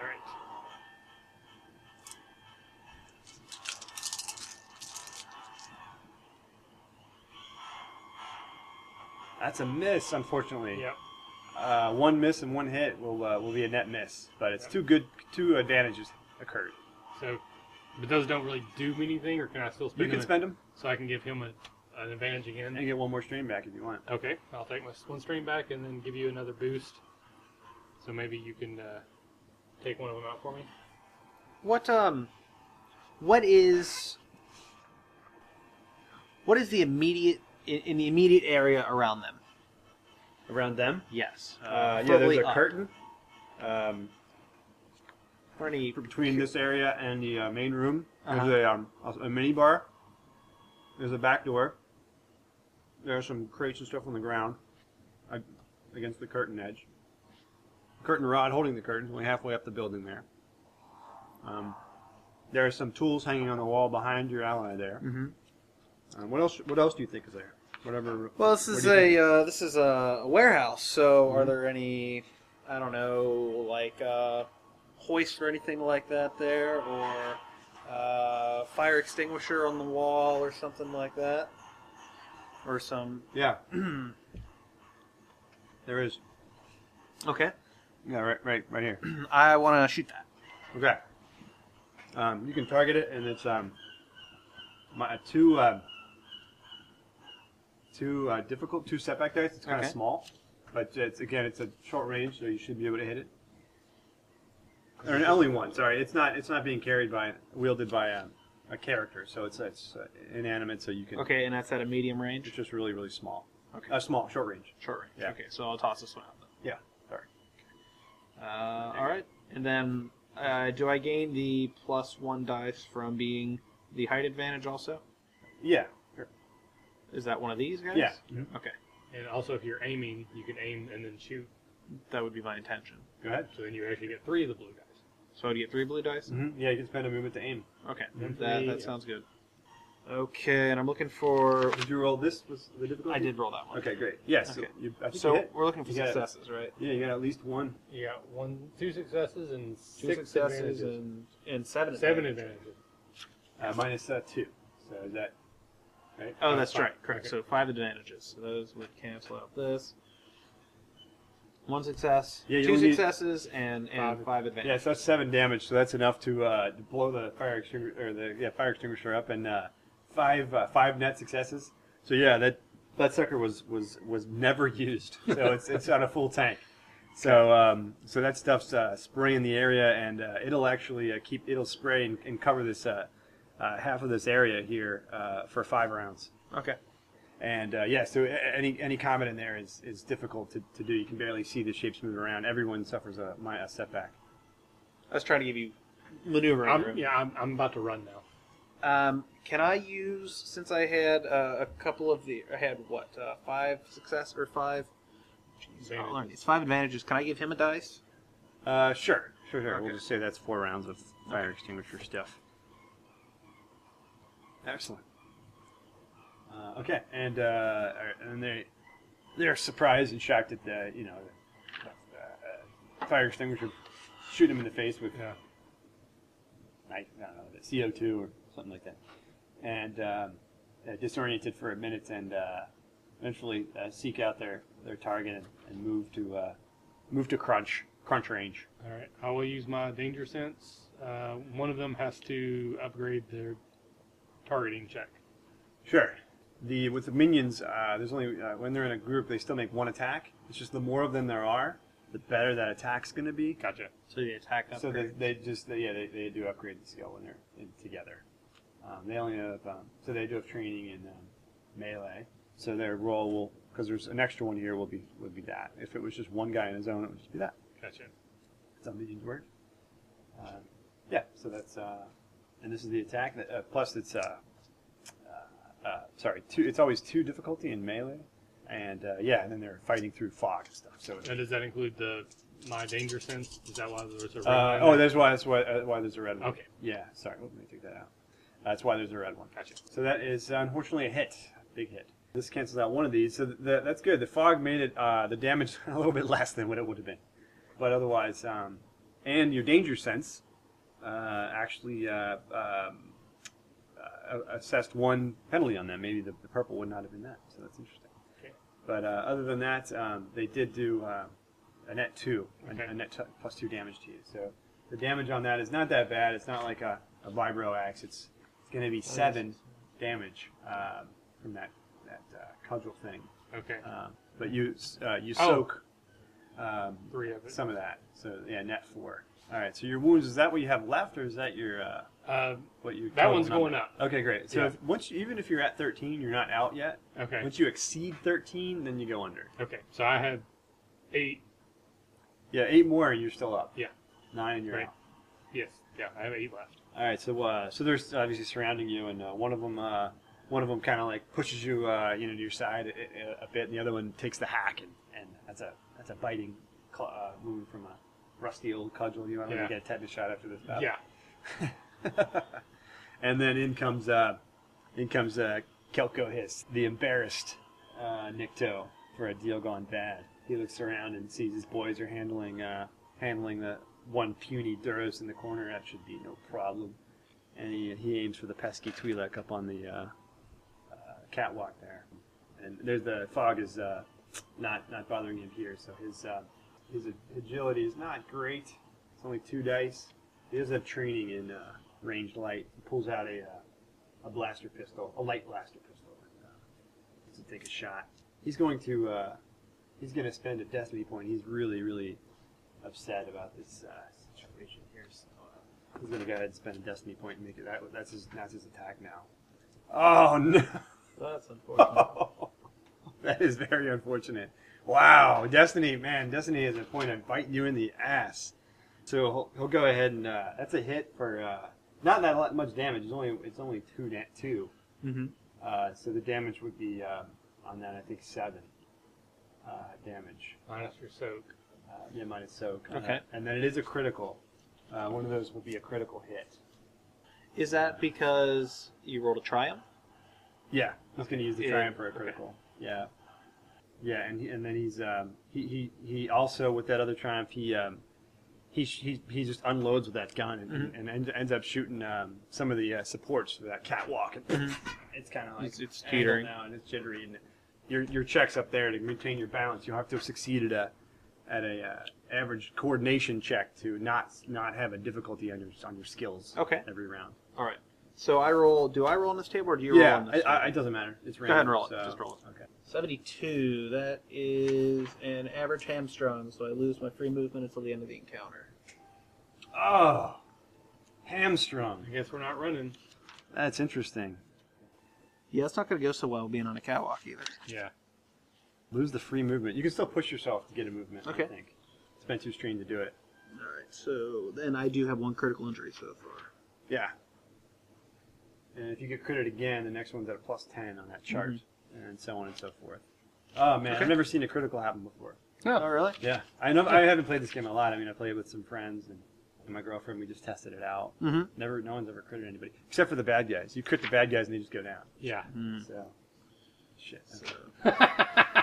S4: All right.
S2: That's a miss, unfortunately.
S4: Yep.
S2: Uh, one miss and one hit will uh, will be a net miss, but it's two good two advantages occurred.
S4: So, but those don't really do me anything, or can I still spend?
S2: You can
S4: them?
S2: spend them
S4: So I can give him a, an advantage again.
S2: and get one more strain back if you want.
S4: Okay, I'll take my one string back and then give you another boost. So maybe you can uh, take one of them out for me.
S3: What um, what is what is the immediate in, in the immediate area around them?
S2: Around them?
S3: Yes.
S2: Uh, yeah, there's
S3: probably
S2: a
S3: up.
S2: curtain um,
S3: Or any-
S2: between this area and the uh, main room.
S3: Uh-huh.
S2: There's a, um, a, a mini bar. There's a back door. There are some crates and stuff on the ground uh, against the curtain edge. Curtain rod holding the curtain, only halfway up the building there. Um, there are some tools hanging on the wall behind your ally there.
S3: Mhm.
S2: Um, what else? What else do you think is there? Whatever.
S3: Well, this
S2: what
S3: is
S2: do you think?
S3: a uh, this is a warehouse. So, are there any I don't know, like uh, hoist or anything like that there, or uh, fire extinguisher on the wall or something like that, or some?
S2: Yeah, there is.
S3: okay,
S2: Yeah, right, right, right here.
S3: I want to shoot that.
S2: Okay. Um, you can target it, and it's um, my, two uh, two uh, difficult, two setback dice. It's kind of
S3: Okay.
S2: small, but it's again, it's a short range, so you should be able to hit it. Or an only one. Sorry, it's not. It's not being carried by wielded by a, a character, so it's it's uh, inanimate. So you can.
S3: Okay, and that's at a medium
S2: It's
S3: range.
S2: just really, really small.
S3: Okay,
S2: A small, short range.
S3: short range.
S2: yeah.
S3: Okay, so I'll toss this one out. Then.
S2: Yeah. Sorry.
S3: Uh, all right, and then uh, do I gain the plus one dice from being the height advantage also?
S2: Yeah. Sure.
S3: Is that one of these guys?
S2: Yeah.
S3: Okay,
S4: And also, if you're aiming, you can aim and then shoot.
S3: that would be my intention.
S2: Go ahead.
S4: So then you actually get three of the blue guys.
S3: So I'd get three blue dice.
S2: hmm Yeah, you can spend a movement to aim.
S3: Okay,
S4: Then
S3: that,
S4: three,
S3: that
S4: yeah.
S3: sounds good. Okay, and I'm looking for.
S2: Did you roll this? Was the difficulty?
S3: I did roll that one.
S2: Okay, great. Yes.
S3: Okay.
S2: You, I think you
S3: So
S2: hit.
S3: we're looking for
S2: You got it.
S3: successes, right?
S2: Yeah, you got at least one.
S4: You got one, two successes and
S3: Two
S4: six
S3: successes
S4: advantages.
S3: and, and seven.
S4: Seven
S3: advantages.
S4: advantages.
S2: Uh, minus uh, two. So is that right?
S3: Oh, that's
S2: fine.
S3: right. Correct. So five advantages. So those would cancel out this. One success,
S2: Yeah, you
S3: two
S2: only need-
S3: successes, and and
S4: Five.
S3: five, advantages.
S2: Yeah, so that's seven damage. So that's enough to, uh, to blow the fire extinguisher or the yeah fire extinguisher up and uh, five uh, five net successes. So yeah, that that sucker was was was never used. So it's it's on a full tank. So um, so that stuff's uh, spraying the area and uh, it'll actually uh, keep it'll spray and, and cover this uh, uh, half of this area here uh, for five rounds.
S3: Okay.
S2: And uh, yeah, so a- any any comment in there is, is difficult to, to do. You can barely see the shapes move around. Everyone suffers a, mi- a setback.
S3: I was trying to give you maneuvering room.
S4: I'm, yeah, I'm, I'm about to run now.
S3: Um, can I use since I had uh, a couple of the I had what uh, five success or five? Jeez, I'll learn these five advantages. Can I give him a dice?
S2: Uh, sure, sure, sure. We'll
S3: Okay.
S2: just say that's four rounds of fire extinguisher stuff. Excellent. Uh, okay, and uh, alright, and they they're surprised and shocked at the you know uh, uh, fire extinguisher shooting them in the face with
S4: Yeah.
S2: I, I don't know, the CO2 or something like that. And um, uh, disoriented for a minute and uh, eventually uh, seek out their, their target and, and move to uh, move to crunch crunch range.
S4: All right. I will use my danger sense. Uh, one of them has to upgrade their targeting check.
S2: Sure. The with the minions, uh, there's only uh, when they're in a group, they still make one attack. It's just the more of them there are, the better that attack's going to be.
S4: Gotcha.
S3: So the attack
S2: So
S3: upgrade.
S2: they, they just they, yeah they, they do upgrade the skill when they're in, together. Um, they only have um, so they do have training in um, melee. So their role will because there's an extra one here will be would be that. If it was just one guy in his own, it would just be that.
S4: Gotcha.
S2: It's on Legion's word. Uh, yeah, so that's uh, and this is the attack. That, uh, plus, it's uh, uh, uh, sorry, two. It's always two difficulty in melee, and uh, yeah, and then they're fighting through fog and stuff. So it's,
S4: Now, does that include the my danger sense? Is that why there's a red
S2: uh,
S4: line
S2: oh,
S4: there?
S2: that's why that's why, uh, why there's a red one.
S4: Okay.
S2: Yeah, sorry, let me take that out. Uh, That's why there's a red one.
S4: Gotcha.
S2: So that is uh, unfortunately a hit, big hit. This cancels out one of these, so th- th- that's good. The fog made it uh, the damage a little bit less than what it would have been, but otherwise, um, and your danger sense uh, actually uh, um, uh, assessed one penalty on them. Maybe the, the purple would not have been that, so that's interesting.
S4: Okay.
S2: But uh, other than that, um, they did do uh, a net two, a-
S4: Okay.
S2: a, net t- plus two damage to you. So the damage on that is not that bad. It's not like a, a vibro axe. It's it's going to be seven damage um, from that that uh, cudgel thing.
S4: Okay.
S2: Um, but you s- uh, you
S4: Oh.
S2: soak um,
S4: Three of it.
S2: some of that. So yeah, net four. All right. So your wounds is that what you have left, or is that your uh,
S4: Uh,
S2: what you?
S4: That
S2: total
S4: one's
S2: number?
S4: going up.
S2: Okay, great. So
S4: Yeah.
S2: if, once you, even if you're at thirteen, you're not out yet.
S4: okay.
S2: Once you exceed thirteen, then you go under.
S4: Okay. So I had eight.
S2: Yeah, eight more, and you're still up.
S4: Yeah.
S2: Nine, and you're
S4: Right.
S2: out.
S4: Yes. Yeah. I have eight left.
S2: All right, so uh, so there's obviously surrounding you, and uh, one of them, uh, one of them kind of like pushes you, uh, you know, to your side a, a- a bit, and the other one takes the hack, and, and that's a that's a biting cl- uh, wound from a rusty old cudgel. You want to
S4: Yeah.
S2: get a tetanus shot after this? battle.
S4: yeah.
S2: and then in comes uh, in comes uh, Kelko Hiss, the embarrassed uh, Nikto for a deal gone bad. He looks around and sees his boys are handling uh, handling the one puny Duros in the corner. That should be no problem. And he, he aims for the pesky Twi'lek up on the uh, uh, catwalk there. And there's the fog is uh, not not bothering him here, so his uh, his agility is not great. It's only two dice. He does have training in uh, ranged light. He pulls out a uh, a blaster pistol, a light blaster pistol, and, uh, to take a shot. He's going to uh, he's going to spend a destiny point. He's really really upset about this uh, situation here. So uh, he's going to go ahead and spend a destiny point and make it. That, that's his that's his attack now. Oh no!
S3: That's unfortunate.
S2: that is very unfortunate. Wow, Destiny, man, Destiny is a point of biting you in the ass. So he'll, he'll go ahead and uh, that's a hit for uh, not that lot- much damage. It's only it's only two da- two.
S3: mm-hmm.
S2: Uh, so the damage would be um, on that I think seven uh, damage.
S4: Minus your soak.
S2: Uh, yeah, minus soak. Uh,
S3: Okay.
S2: and then it is a critical. Uh, one of those will be a critical hit.
S3: Is that because you rolled a triumph?
S2: Yeah, he's going to use the
S3: Yeah,
S2: triumph for a
S3: okay.
S2: critical. Yeah, yeah, and he, and then he's um, he, he he also with that other triumph he um, he sh- he he just unloads with that gun and,
S3: Mm-hmm.
S2: and end, ends up shooting um, some of the uh, supports for that catwalk. And
S3: Mm-hmm.
S2: It's kind of like
S3: It's- it's
S2: angled
S3: teetering.
S2: now and it's jittery and your your checks up there to maintain your balance. You have to have succeeded at a at a uh, average coordination check to not not have a difficulty on your on your skills.
S3: Okay.
S2: every round.
S3: All right. So I roll. Do I roll on this table or do you roll
S2: Yeah,
S3: on
S2: I,
S3: this
S2: I, it
S3: table?
S2: doesn't matter. It's random.
S3: ahead and roll it.
S2: so-
S3: Just roll it.
S2: Okay.
S3: 72. That is an average hamstrung, so I lose my free movement until the end of the encounter.
S2: Oh, hamstrung.
S4: I guess we're not running.
S2: That's interesting.
S3: Yeah, it's not going to go so well being on a catwalk either.
S4: Yeah.
S2: Lose the free movement. You can still push yourself to get a movement. I
S3: Okay.
S2: think it's been too strained to do it.
S3: All right. So then I do have one critical injury so far.
S2: Yeah. And if you get critted again, the next one's at a plus ten on that chart, and so on and so forth. Oh man,
S3: Okay.
S2: I've never seen a critical happen before.
S1: No.
S3: Oh, really?
S2: Yeah, I know. I haven't played this game a lot. I mean, I played it with some friends and, and my girlfriend. We just tested it out.
S3: Mhm.
S2: Never, no one's ever critted anybody except for the bad guys. You crit the bad guys and they just go down.
S4: Yeah.
S2: So, shit.
S1: no,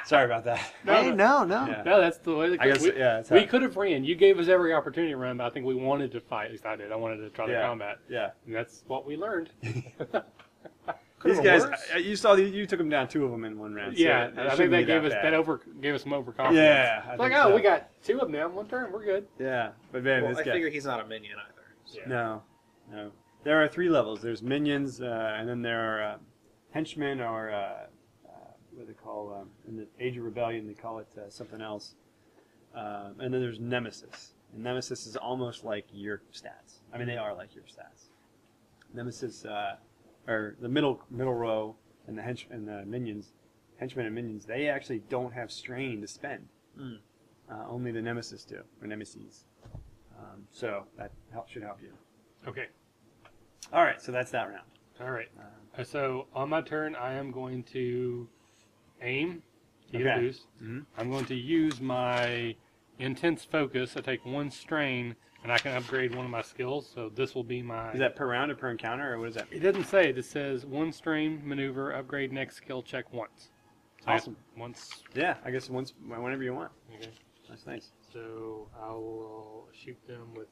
S2: Sorry about that.
S3: hey, no, no.
S2: Yeah.
S1: that's the way. The,
S2: I guess
S1: we,
S2: yeah. it's
S1: we
S2: happened.
S1: could have ran. You gave us every opportunity to run, but I think we wanted to fight. At least I did. I wanted to try the
S2: Yeah.
S1: combat,
S2: Yeah.
S1: and that's what we learned.
S2: These
S1: been
S2: guys,
S1: worse.
S2: I- I- you saw the, you took them down two of them in one round. so
S1: yeah,
S2: it
S1: I
S2: shouldn't
S1: think
S2: be
S1: that gave us
S2: bad.
S1: that over gave us some overconfidence.
S2: Yeah, I
S1: It's like
S2: think
S1: oh,
S2: so.
S1: we got two of them now in one turn. We're good.
S2: Yeah, but man,
S3: Well,
S2: this
S3: I
S2: guy.
S3: figure he's not a minion either. so-
S4: Yeah.
S2: No, no. There are three levels. There's minions, uh, and then there are uh, henchmen, or uh, uh, what do they call um, in the Age of Rebellion? They call it uh, something else. Um, and then there's Nemesis. And Nemesis is almost like your stats. I mean, they are like your stats. Nemesis uh, or the middle middle row and the hench and the minions, henchmen and minions, they actually don't have strain to spend.
S3: Mm.
S2: Uh, only the nemesis do or nemesis. Um, so that help, should help you.
S1: Okay.
S2: All right, so that's that round.
S1: All right.
S2: Um,
S1: Uh, So on my turn, I am going to aim to get a
S2: Okay.
S1: boost.
S2: Mhm.
S1: I'm going to use my intense focus. I take one strain, and I can upgrade one of my skills. So this will be my.
S2: is that per round or per encounter or what is that?
S1: It doesn't say. It just says one strain, maneuver, upgrade next skill check once. So I have
S2: Awesome.
S1: Once.
S2: Yeah, I guess once whenever you want.
S1: Okay.
S2: That's nice.
S1: So I will shoot them with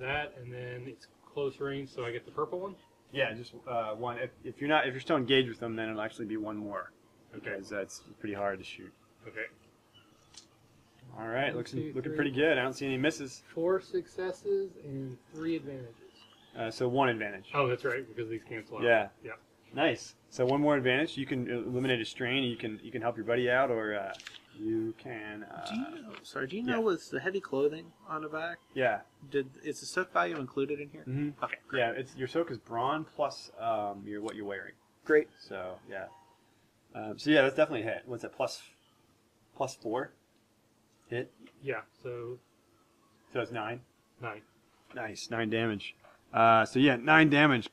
S1: that, and then it's close range, so I get the purple one.
S2: Yeah, just uh, one. If, if you're not if you're still engaged with them, then it'll actually be one more because that's pretty hard to shoot.
S1: Okay.
S2: All right, looks
S1: Two,
S2: looking
S1: three.
S2: pretty good. I don't see any misses.
S1: Four successes and three advantages.
S2: Uh, so one advantage.
S1: Oh, that's right, because these cancel out.
S2: Yeah.
S1: Yeah.
S2: Nice. So one more advantage. You can eliminate a strain. You can you can help your buddy out, or uh, you can. Uh,
S3: Do you know? Sorry, do you
S2: yeah.
S3: know was the heavy clothing on the back?
S2: yeah.
S3: Did is the soak value included in here?
S2: Mm-hmm.
S3: Okay, great.
S2: Yeah. It's your soak is brawn plus um, your what you're wearing.
S3: Great.
S2: So yeah. Um, so yeah, that's definitely a hit. What's that? Plus plus four. Hit.
S1: Yeah, so
S2: So it's nine.
S1: nine.
S2: Nice, nine damage. Uh, so yeah, nine damage.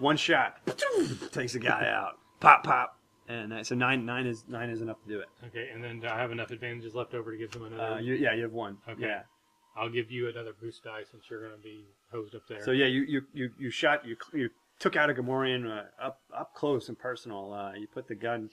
S2: One shot takes a guy out. Pop, pop, and that, so nine, nine is nine is enough to do it.
S1: Okay, and then do I have enough advantages left over to give them another?
S2: Uh, you, yeah, you have one.
S1: Okay.
S2: Yeah.
S1: I'll give you another boost die since you're going to be hosed up there.
S2: So yeah, you you, you, you shot you cl- you took out a Gamorrean uh, up up close and personal. Uh, you put the gun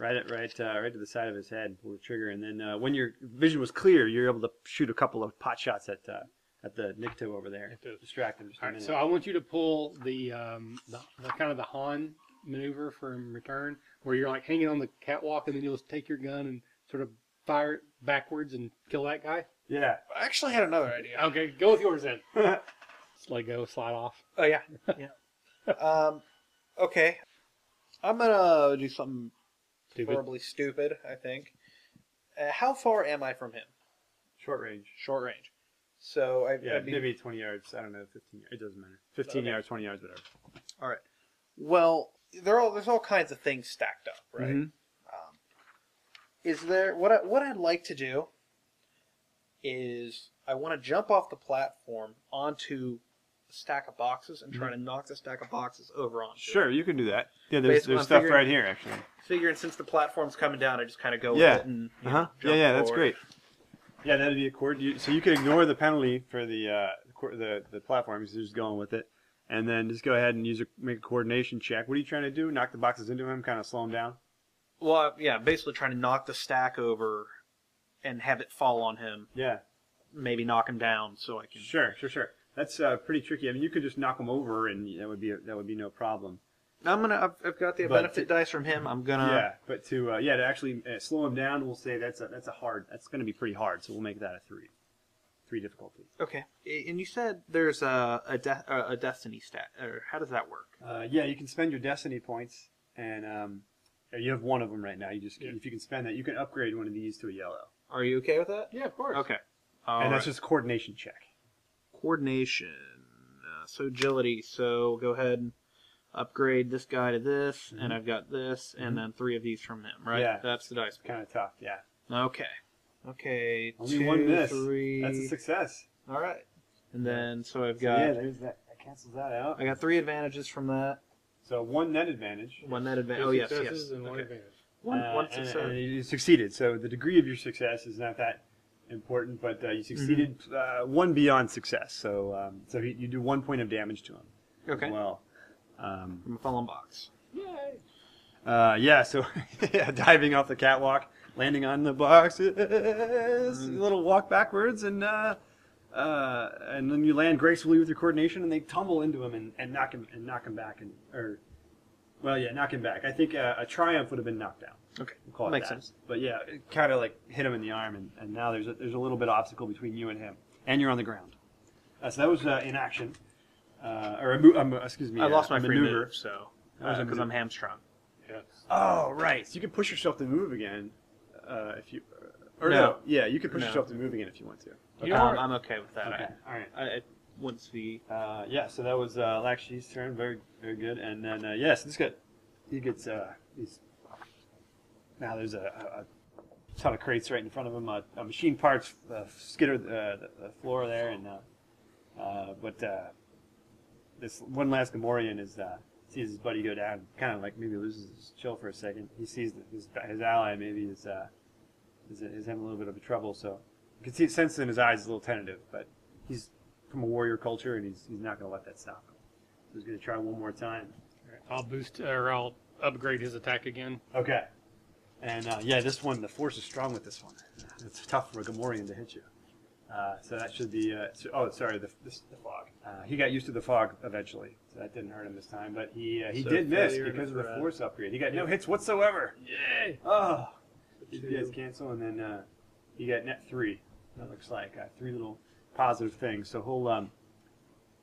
S2: right at right uh, right to the side of his head, pull the trigger, and then uh, when your vision was clear, you're able to shoot a couple of pot shots at uh, at the Nikto over there.
S1: At the-
S2: Distract him just a
S1: All right,
S2: minute.
S1: so I want you to pull the, um, the, the kind of the Han maneuver from Return, where you're like hanging on the catwalk, and then you'll take your gun and sort of fire it backwards and kill that guy.
S2: yeah.
S3: I actually had another idea.
S1: Okay, go with yours then. Just let go, slide off.
S3: Oh yeah, yeah. um, okay, I'm gonna do something
S1: Stupid.
S3: horribly stupid. I think. Uh, how far am I from him?
S2: Short range.
S3: Short range. So I,
S2: Yeah,
S3: I'd be
S2: maybe 20 yards. I don't know, 15 yards. It doesn't matter. 15
S3: Okay.
S2: yards, 20 yards, whatever.
S3: all right. Well, there all there's all kinds of things stacked up, right?
S2: Mhm.
S3: Um, is there what I, what I'd like to do is I want to jump off the platform onto a stack of boxes and try to knock the stack of boxes over onto. it.
S2: Sure, you can do that. Yeah, there's,
S3: Basically,
S2: there's
S3: I'm
S2: stuff
S3: figuring-
S2: right here, actually.
S3: Figuring since the platform's coming down, I just kind of go
S2: Yeah.
S3: with it and you
S2: Uh
S3: know,
S2: huh. Yeah,
S3: jump
S2: yeah, that's great.
S3: forward.
S2: Yeah, that'd be a cord. You, so you could ignore the penalty for the uh, the cor- the, the platform because you're just going with it, and then just go ahead and use a make a coordination check. What are you trying to do? Knock the boxes into him, kind of slow him down.
S3: Well, yeah, basically trying to knock the stack over and have it fall on him,
S2: Yeah,
S3: maybe knock him down so I can.
S2: sure, sure, sure. That's uh, pretty tricky. I mean, you could just knock him over, and that would be that would be no problem.
S3: I'm gonna. I've, I've got the
S2: But-
S3: benefit dice from him. I'm gonna.
S2: yeah, but to uh, yeah to actually uh, slow him down, we'll say that's a that's a hard. That's going to be pretty hard. So we'll make that a three, three difficulty.
S3: Okay. A- And you said there's a a, de- a a destiny stat, or how does that work?
S2: Uh, yeah, you can spend your destiny points, and um, or you have one of them right now. You just
S1: Yeah.
S2: if you can spend that, you can upgrade one of these to a yellow,
S3: Are you okay with that?
S1: Yeah, of course.
S3: Okay. All
S2: and that's
S3: right.
S2: just a coordination check.
S3: coordination. Uh, so agility. So we'll go ahead and upgrade this guy to this, and I've got this, and then three of these from him.
S2: Mm-hmm.
S3: Right.
S2: Yeah.
S3: That's the dice.
S2: Kind of tough, yeah.
S3: Okay. Okay.
S2: Only
S3: two,
S2: one miss.
S3: Three.
S2: That's a success.
S3: All right. And then so I've
S2: So yeah,
S3: got
S2: there's that. That cancels that out.
S3: I got three advantages from that.
S2: So one net advantage.
S3: One net
S1: Two
S3: advantage. Oh yes, yes.
S1: successes and one
S3: Okay.
S1: advantage.
S3: One,
S2: Uh,
S3: one
S2: and-
S3: success.
S2: And, you succeeded. So the degree of your success is not that important, but uh, you succeeded
S3: Mm-hmm.
S2: uh, one beyond success. So um, so you, you do one point of damage to him.
S3: okay.
S2: as well. Um,
S3: From a fallen box.
S1: Yay!
S2: uh, yeah, so yeah, diving off the catwalk, landing on the boxes,
S3: Mm-hmm.
S2: a little walk backwards, and uh, uh, and then you land gracefully with your coordination, and they tumble into him and, and knock him and knock him back, and or well, yeah, knock him back. I think uh, a triumph would have been knocked down.
S3: Okay.
S2: We'll call it
S3: Makes
S2: that.
S3: sense.
S2: But yeah, it kind of like hit him in the arm, and, and now there's a, there's a little bit of obstacle between you and him, and you're on the ground. Uh, so that was uh, in action, uh, or a mo- um, excuse me,
S3: I
S2: uh,
S3: lost my
S2: a
S3: free
S2: maneuver.
S3: move, so
S2: That was a
S3: because I'm hamstrung.
S1: Yes.
S2: Oh, right. So you can push yourself to move again uh, if you. Or
S3: No.
S2: Yeah, you can push
S3: No.
S2: yourself to move again if you want to.
S1: You
S3: Um,
S1: are-
S3: I'm okay with that.
S2: Okay. All right.
S3: I, I, once the
S2: Uh, yeah, so that was uh, Lakshi's turn. Very, very good. And then, uh, yes, this guy, he gets, uh, he's, now there's a, a, a ton of crates right in front of him. Uh, uh, machine parts uh, skittered uh, the, the floor there. and uh, uh, But uh, this one last Gamorrean is, uh, sees his buddy go down, kind of like maybe loses his chill for a second. He sees that his, his ally maybe is, uh, is, is having a little bit of trouble, so you can see, sense in his eyes is a little tentative, but he's from a warrior culture, and he's, he's not going to let that stop him. So he's going to try one more time.
S4: I'll boost or I'll upgrade his attack again.
S2: Okay. And uh, yeah, this one, the force is strong with this one. It's tough for a Gamorrean to hit you. Uh, so that should be. Uh, so, oh, sorry, the, this, the fog. Uh, he got used to the fog eventually, so that didn't hurt him this time. But he uh, he
S5: So
S2: did miss
S5: failure
S2: because of the
S5: for, uh,
S2: force upgrade. He got no hits whatsoever.
S5: Yay!
S2: Oh, you guys cancel, and then uh, you got net three. That looks like uh, three little positive things. So he'll um,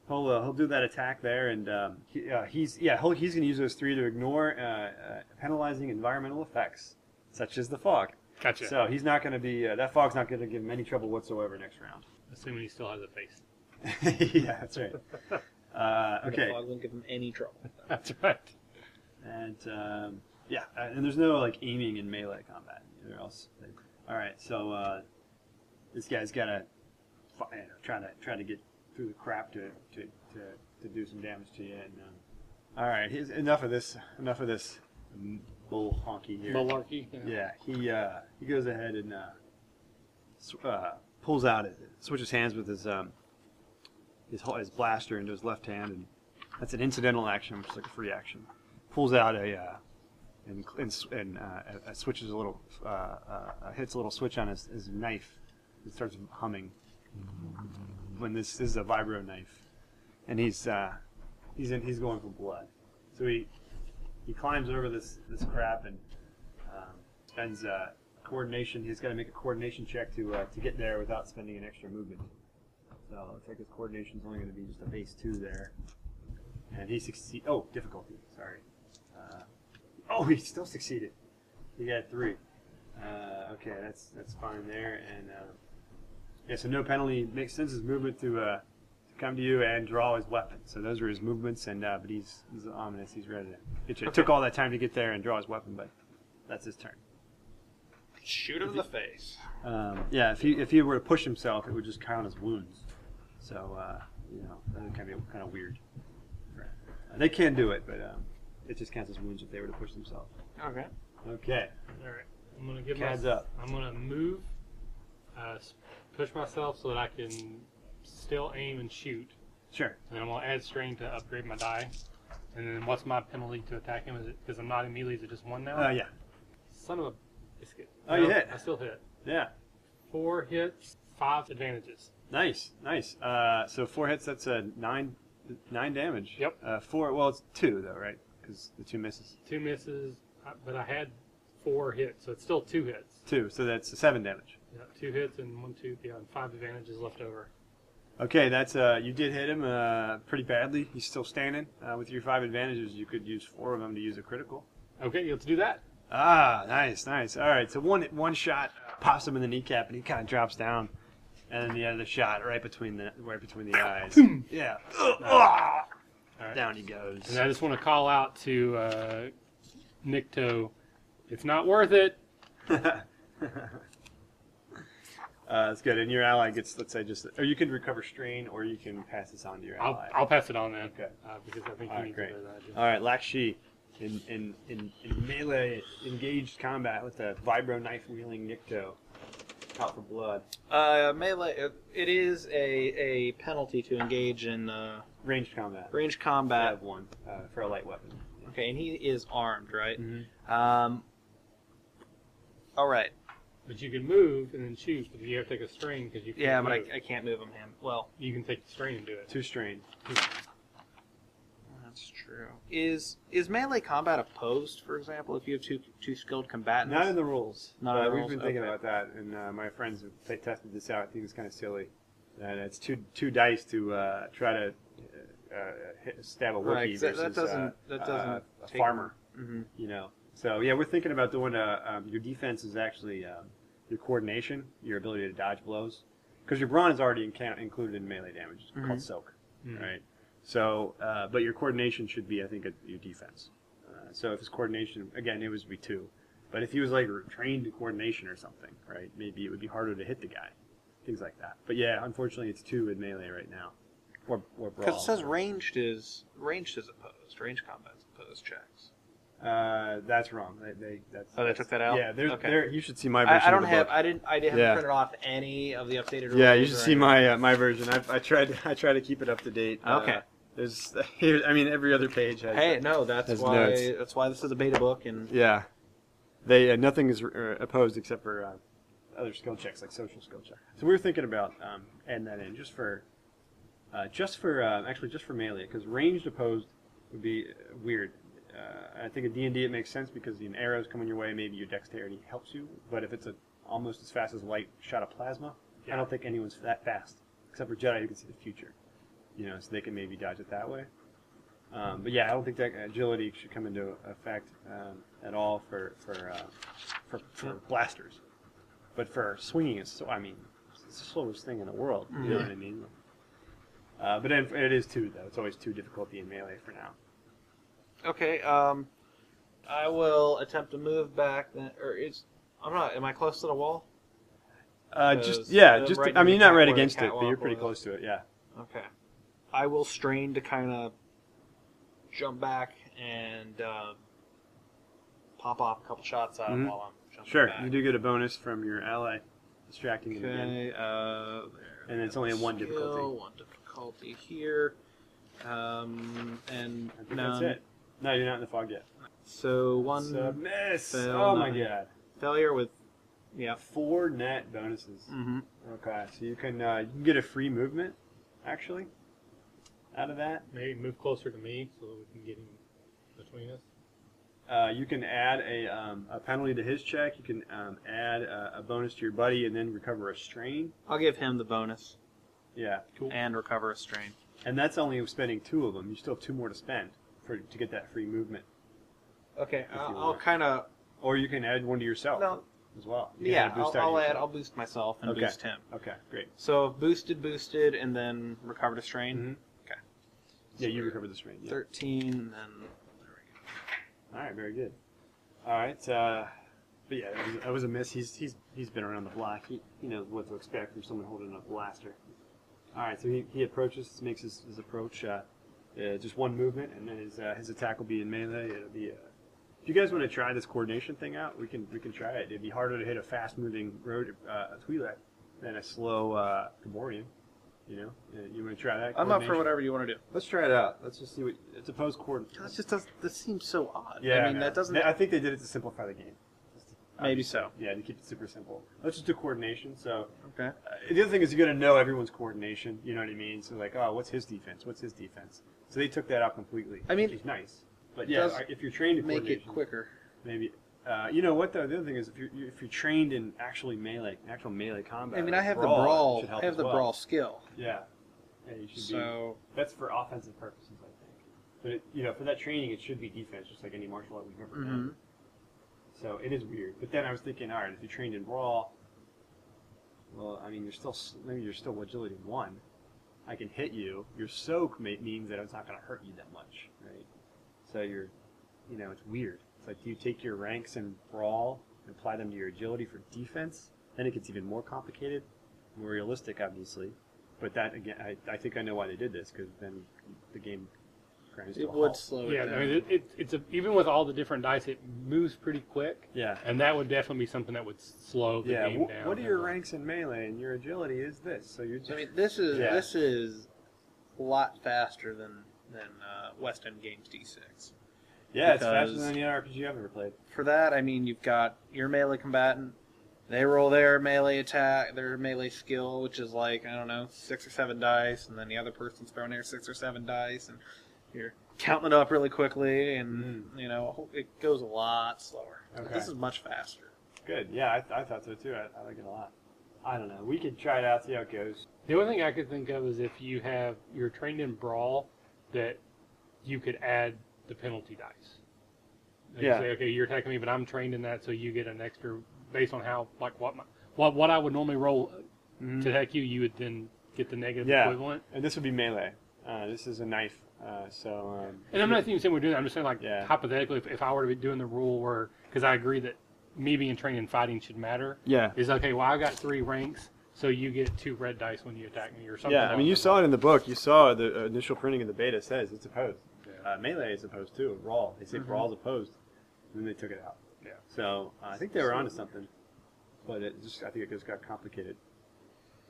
S2: he'll uh, he'll do that attack there, and um, he, uh, he's yeah he'll, he's going to use those three to ignore uh, uh, penalizing environmental effects such as the fog.
S4: Gotcha.
S2: So he's not going to be uh, that fog's not going to give him any trouble whatsoever next round.
S4: Assuming he still has a face.
S2: yeah, that's right. Uh,
S3: the
S2: okay,
S3: fog won't give him any trouble.
S4: That's right.
S2: And um, yeah, uh, and there's no like aiming in melee combat either. Else, all right. So uh, this guy's gotta fi- you know, try to try to get through the crap to to, to, to do some damage to you. And um, all right, here's, enough of this. Enough of this m- bull honky here.
S4: Malarkey.
S2: Yeah, he uh, he goes ahead and uh, sw- uh, pulls out it, switches hands with his um, his ho- his blaster into his left hand, and that's an incidental action, which is like a free action. Pulls out a uh, and cl- and, s- and uh, uh, uh, switches a little uh, uh, uh, hits a little switch on his, his knife. It starts humming. When this, this is a vibro knife, and he's uh, he's in, he's going for blood, so he he climbs over this this crap and um, spends uh, coordination. He's got to make a coordination check to uh, to get there without spending an extra movement. So it looks like his coordination's only going to be just a base two there, and he succeed. Oh, difficulty. Sorry. Uh, oh, he still succeeded. He got three. Uh, okay, that's that's fine there, and uh, yeah, so no penalty. Makes sense his movement to. Uh, to Come to you and draw his weapon. So those were his movements, and uh, but he's, he's ominous. He's ready to. It took all that time to get there and draw his weapon, but that's his turn.
S5: Shoot him in the face.
S2: Um, yeah, if he if he were to push himself, it would just count as wounds. So uh, you know that would kind of be kind of weird. Uh, they can do it, but um, it just counts as wounds if they were to push themselves.
S3: Okay.
S2: Okay,
S4: All right. I'm gonna give
S2: Cad's
S4: my,
S2: up.
S4: I'm gonna move, uh, s- push myself so that I can still aim and shoot.
S2: Sure.
S4: And I'm gonna add strain to upgrade my die. And then what's my penalty to attack him? Is it because I'm not immediately? Is it just one now?
S2: Uh, yeah,
S4: Son of a biscuit.
S2: Oh, you hit.
S4: I still hit.
S2: yeah.
S4: Four hits, five advantages.
S2: Nice, nice. Uh, so four hits. That's a nine, nine damage.
S4: Yep.
S2: Uh, four. Well, it's two though, right? Because the two misses.
S4: Two misses, uh, but I had four hits, so it's still two hits.
S2: Two. So that's seven damage.
S4: Yeah, two hits and one, two, yeah, and five advantages left over.
S2: Okay, that's uh, you did hit him uh, pretty badly. He's still standing. Uh, with your five advantages, you could use four of them to use a critical.
S4: Okay, let's do that.
S2: Ah, nice, nice. All right, so one one shot pops him in the kneecap, and he kind of drops down, and then the other shot right between the right between the eyes. yeah. Ah.
S4: right.
S2: Down he goes.
S4: And I just want to call out to uh, Nikto, it's not worth it.
S2: Uh, that's good. And your ally gets, let's say, just or you can recover strain, or you can pass this on to your
S4: I'll,
S2: ally.
S4: I'll pass it on then.
S2: Okay.
S4: Uh, because I think
S2: All right,
S4: he needs
S2: great.
S4: it better than I do.
S2: All right, Lakshi, in, in, in, in melee engaged combat with the vibro knife wielding Nikto, out for blood,
S3: Uh, melee. uh, It is a, a penalty to engage in uh,
S2: ranged combat.
S3: ranged
S2: I
S3: combat.
S2: have one uh, for a light weapon.
S3: Okay, and he is armed, right?
S2: Mhm.
S3: Um. All right.
S4: But you can move and then shoot, but you have to take a strain because you can
S3: Yeah, but I,
S4: move.
S3: I can't move him. Him. Well,
S4: you can take the strain and do it.
S2: Two strain.
S3: that's true. Is is melee combat opposed? For example, if you have two two skilled combatants.
S2: Not in the rules.
S3: Not in
S2: Uh,
S3: the
S2: we've
S3: rules,
S2: been thinking
S3: okay.
S2: about that, and uh, my friends have t- tested this out. I think it's kind of silly. And it's two two dice to uh, try to uh, uh, hit, stab a Wookiee
S3: Right, 'cause that-
S2: versus
S3: that doesn't-
S2: uh,
S3: that
S2: uh,
S3: doesn't
S2: a
S3: take-
S2: farmer.
S3: Mhm.
S2: You know. So yeah, we're thinking about doing a, um, your defense is actually um, your coordination, your ability to dodge blows, because your brawn is already in count, included in melee damage. It's called soak, right? So, uh, but your coordination should be, I think, at your defense. Uh, so if his coordination, again, it was be two, but if he was like trained to coordination or something, right? Maybe it would be harder to hit the guy, things like that. But yeah, unfortunately, it's two in melee right now, or or brawl.
S3: Because it says ranged is ranged is opposed. Range combat's opposed checks.
S2: Uh, that's wrong. They, they that's
S3: Oh, they took that out?
S2: Yeah, there's
S3: Okay.
S2: there. You should see my version.
S3: I, I
S2: of
S3: don't
S2: the
S3: have.
S2: book.
S3: I didn't. I didn't
S2: Yeah.
S3: print off any of the updated.
S2: Yeah,
S3: rules
S2: you should
S3: or
S2: see
S3: anything.
S2: my uh, my version. I I tried I try to keep it up to date. Uh,
S3: Okay.
S2: there's here, I mean every other page has.
S3: Hey, no, that's
S2: There's
S3: why.
S2: notes.
S3: That's why this is a beta book, and
S2: Yeah. They uh, nothing is uh, opposed except for uh, other skill checks like social skill check. So we were thinking about um, adding that in just for uh, just for uh, actually just for melee because ranged opposed would be uh, weird. Uh, I think in D and D it makes sense because an arrow's coming your way, maybe your dexterity helps you. But if it's a almost as fast as light shot of plasma, I don't think anyone's that fast except for Jedi who can see the future. You know, so they can maybe dodge it that way. Um, but yeah, I don't think that agility should come into effect um, at all for for, uh, for for blasters. But for swinging, is so I mean, it's the slowest thing in the world. You know what I mean? Uh, but it, it is two though. It's always two difficulty in melee for now.
S3: okay. Um, I will attempt to move back. Then, or is I'm not. Am I close to the wall?
S2: Uh,
S3: Because
S2: just yeah,
S3: the
S2: just
S3: right
S2: I mean, you're not
S3: cat-
S2: right
S3: where the
S2: against it, but
S3: catwalk
S2: you're pretty
S3: was.
S2: close to it. Yeah.
S3: Okay. I will strain to kind of jump back and um, pop off a couple shots out
S2: Mhm.
S3: while I'm jumping
S2: Sure,
S3: back.
S2: you do get a bonus from your ally distracting him again,
S3: Okay. Uh, there.
S2: and it's only a one
S3: Skill,
S2: difficulty.
S3: One difficulty here. Um, and
S2: I think
S3: none.
S2: that's it. No, you're not in the fog yet.
S3: So one
S2: It's a miss.
S3: fail,
S2: Oh my
S3: nothing.
S2: god.
S3: failure with. Yeah.
S2: Four net bonuses.
S3: Mm-hmm.
S2: Okay, so you can uh, you can get a free movement, actually, out of that.
S4: Maybe move closer to me so that we can get him between us.
S2: Uh, you can add a, um, a penalty to his check. You can um, add a, a bonus to your buddy, and then recover a strain.
S3: I'll give him the bonus
S2: Yeah,
S3: and recover a strain.
S2: and that's only spending two of them. You still have two more to spend for to get that free movement,
S3: Okay.
S2: you
S3: I'll,
S2: will.
S3: I'll kind of.
S2: or you can add one to yourself
S3: No.
S2: as well. You can
S3: Yeah.
S2: add a
S3: I'll,
S2: out of
S3: I'll add. I'll
S2: yourself.
S3: boost myself and
S2: Okay.
S3: boost him.
S2: Okay, great.
S3: So boosted, boosted, and then recovered a strain.
S2: Mhm.
S3: Okay.
S2: Yeah, you recover the strain. Yeah.
S3: Thirteen, and then
S2: All right, very good. All right, uh, but yeah, that was, that was a miss. He's he's he's been around the block. He he knows what to expect from someone holding a blaster. All right, so he, he approaches, makes his, his approach, uh, uh, just one movement, and then his uh, his attack will be in melee. It'll be. Uh, if you guys want to try this coordination thing out, we can we can try it. It'd be harder to hit a fast moving road uh, Twi'lek than a slow uh, Gamorrean. You know, Uh, you want to try that?
S3: I'm up for
S2: coordination?
S3: whatever you want to do.
S2: Let's try it out. Let's just see what it's opposed coordinate.
S3: That just does. That seems so odd.
S2: Yeah,
S3: I mean,
S2: know.
S3: that doesn't.
S2: I think they did it to simplify the game.
S3: maybe so.
S2: Yeah, to keep it super simple. Let's just do coordination. So
S3: Okay.
S2: uh, the other thing is you're gonna know everyone's coordination. You know what I mean? So like, oh, what's his defense? What's his defense? So they took that out completely.
S3: I mean,
S2: which is nice. But
S3: it
S2: yeah,
S3: does
S2: if you're trained to
S3: Make it
S2: coordination,
S3: quicker.
S2: maybe. Uh, you know what though? The other thing is if you're you- if you're trained in actually melee, actual melee combat.
S3: I mean,
S2: like
S3: I have
S2: Uh, brawl,
S3: the
S2: it
S3: brawl.
S2: should help
S3: I have
S2: as
S3: the
S2: well.
S3: brawl skill.
S2: Yeah. Yeah, you should be.
S3: So
S2: That's for offensive purposes, I think. But it, you know, for that training, it should be defense, just like any martial art we've ever done.
S3: Mhm.
S2: So it is weird. But then I was thinking, all right, if you trained in brawl, well, I mean, you're still s- maybe you're still agility one. I can hit you. Your soak ma- means that it's not going to hurt you that much, right? So you're, you know, it's weird. It's like, do you take your ranks in brawl and apply them to your agility for defense? Then it gets even more complicated, more realistic, obviously. But that again, I, I think I know why they did this because then the game grinds to
S3: it
S2: a
S3: would
S2: halt.
S3: slow it
S4: Yeah,
S3: down.
S4: I mean, it, it, it's a, even with all the different dice, it moves pretty quick,
S2: Yeah.
S4: and that would definitely be something that would slow the
S2: Yeah.
S4: game
S2: wh-
S4: down.
S2: what are your
S1: uh,
S2: ranks in melee and your agility is this? So you're just
S3: I mean, this is
S2: Yeah.
S3: this is a lot faster than than uh, West End Games D6.
S2: yeah, it's faster
S3: because-
S2: than any other RPG I've ever played.
S3: For that, I mean, you've got your melee combatant. They roll their melee attack, their melee skill, which is like I don't know, six or seven dice, and then the other person's throwing their six or seven dice, and you're counting it up really quickly, and you know it goes a lot slower.
S2: Mm-hmm. Okay.
S3: This is much faster.
S2: Good. Yeah, I, I thought so too. I, I like it a lot. I don't know. We could try it out, see how it goes.
S4: The only thing I could think of is if you have you're trained in brawl, that you could add the penalty dice. Like
S2: Yeah.
S4: You say, okay, you're attacking me, but I'm trained in that, so you get an extra based on how like what my, what what I would normally roll
S1: to
S3: Mm-hmm.
S1: attack you, you would then get the negative
S2: Mm-hmm. Yeah.
S1: equivalent.
S2: And this would be melee. Uh, this is a knife. Uh, so um,
S1: And I'm not even saying we're doing that. I'm just saying, like,
S2: Yeah.
S1: hypothetically, if, if I were to be doing the rule where, because I agree that me being trained in fighting should matter,
S2: yeah,
S1: is okay, well, I got three ranks, so you get two red dice when you attack me or something.
S2: yeah. I mean, you saw it in the book. You saw the uh, initial printing of the beta says it's opposed. Uh, melee is opposed too. Raw. They
S3: Mm-hmm.
S2: say raw's opposed, and then they took it out.
S1: Yeah.
S2: So uh, I think they were onto something, but it just I think it just got complicated.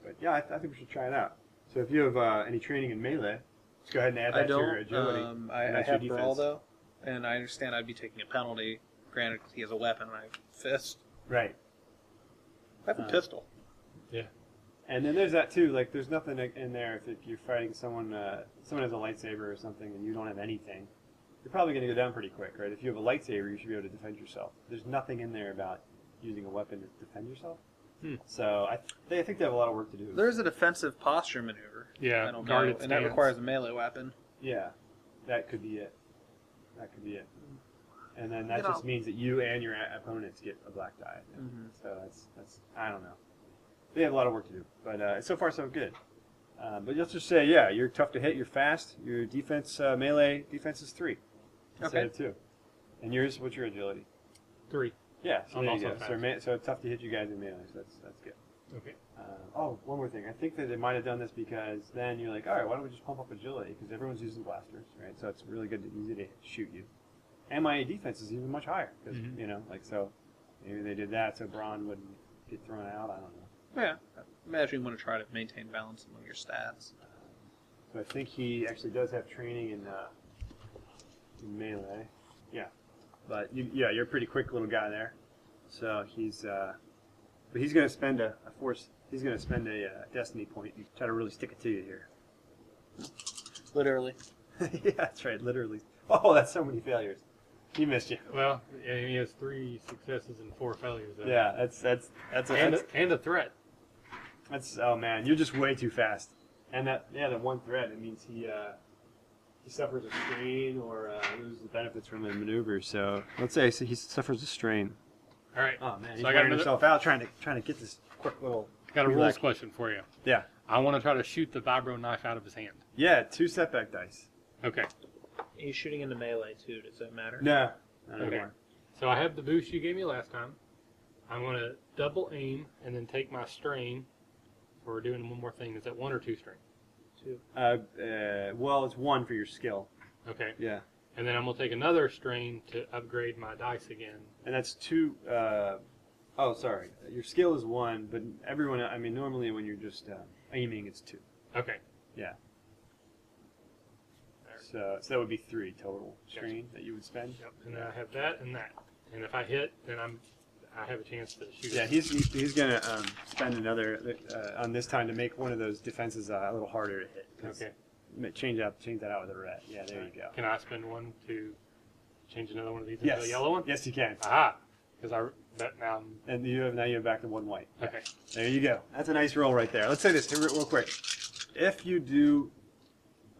S2: But yeah, I, th- I think we should try it out. So if you have uh, any training in melee, let's go ahead and add that
S3: I
S2: to your
S3: don't.
S2: agility.
S3: Um, I,
S2: and
S3: I
S2: that's your
S3: have brawl
S2: defense.
S3: though, and I understand I'd be taking a penalty. Granted, he has a weapon. and I have a fist.
S2: Right.
S3: I have a
S2: Uh,
S3: pistol.
S2: And then there's that too. Like, there's nothing in there if, if you're fighting someone. Uh, someone has a lightsaber or something, and you don't have anything. You're probably going to go down pretty quick, right? If you have a lightsaber, you should be able to defend yourself. There's nothing in there about using a weapon to defend yourself.
S1: Hmm.
S2: So I, th- they, I think they have a lot of work to do.
S3: There's a defensive posture maneuver.
S1: Yeah,
S3: I don't know,
S1: guarded
S3: and that
S1: stance.
S3: requires a melee weapon.
S2: yeah, that could be it. That could be it. And then that
S3: You know-
S2: just means that you and your a- opponents get a black die. I think.
S3: Mhm.
S2: So that's that's I don't know. They have a lot of work to do, but uh, so far so good. Uh, but let's just say, yeah, you're tough to hit. You're fast. Your defense uh, melee defense is three instead
S3: Okay.
S2: of two. And yours, what's your agility?
S1: Three.
S2: Yeah, so
S1: I'm
S2: there you
S1: also
S2: go. So,
S1: fast.
S2: ma- so it's tough to hit you guys in melee. So that's that's good.
S1: Okay.
S2: Uh, oh, one more thing. I think that they might have done this because then you're like, all right, why don't we just pump up agility? Because everyone's using blasters, right? So it's really good, easy to shoot you. And my defense is even much higher because
S1: Mhm.
S2: you know, like so, maybe they did that so Braun wouldn't get thrown out. I don't know.
S3: Yeah. Imagine you want to try to maintain balance among your stats.
S2: So I think he actually does have training in, uh, in melee. Yeah, but you, yeah, you're a pretty quick little guy there. So he's, uh, but he's gonna spend a, a force. He's gonna spend a uh, destiny point and try to really stick it to you here.
S3: Literally.
S2: yeah, that's right. Literally. Oh, that's so many failures. He missed you.
S1: Well, and he has three successes and four failures. though.
S2: Yeah, that's that's that's a,
S1: And
S2: that's,
S1: a, and a threat.
S2: that's oh man, you're just way too fast. And that yeah, the one threat it means he uh, he suffers a strain or uh, loses the benefits from the maneuver. So let's say so he suffers a strain.
S1: All right.
S2: Oh man, he's
S1: So I got
S2: wearing
S1: another-
S2: himself out trying to trying to get this quick little
S1: Got a
S2: Relax.
S1: rules question for you.
S2: yeah
S1: I want to try to shoot the vibro knife out of his hand.
S2: yeah two setback dice.
S1: Okay.
S3: He's shooting into melee too. Does that matter?
S2: No, not
S1: Okay.
S2: anymore.
S1: So I have the boost you gave me last time. I'm going to double aim and then take my strain. We're doing one more thing. Is that one or two strain?
S2: Uh, uh, well, it's one for your skill.
S1: Okay.
S2: Yeah.
S1: And then I'm going to take another strain to upgrade my dice again.
S2: And that's two. Uh, oh, sorry. Your skill is one, but everyone. I mean, normally when you're just uh, aiming, it's two.
S1: Okay.
S2: So, so that would be three total
S1: Gotcha.
S2: strain that you would spend.
S1: Yep. And then I have that and that. And if I hit, then I'm I have a chance to shoot.
S2: Yeah, he's he's- he's gonna um, spend another uh, on this time to make one of those defenses uh, a little harder to hit. 'cause-
S1: Okay.
S2: ma- Change up, change that out with a red. Yeah, there you go.
S1: Can I spend one to change another one of these into
S2: Yes.
S1: a yellow one?
S2: Yes, you can.
S1: Aha. Because I that now. I'm,
S2: And you have now you have back to one white.
S1: okay.
S2: There you go. That's a nice roll right there. Let's say this here real quick. If you do,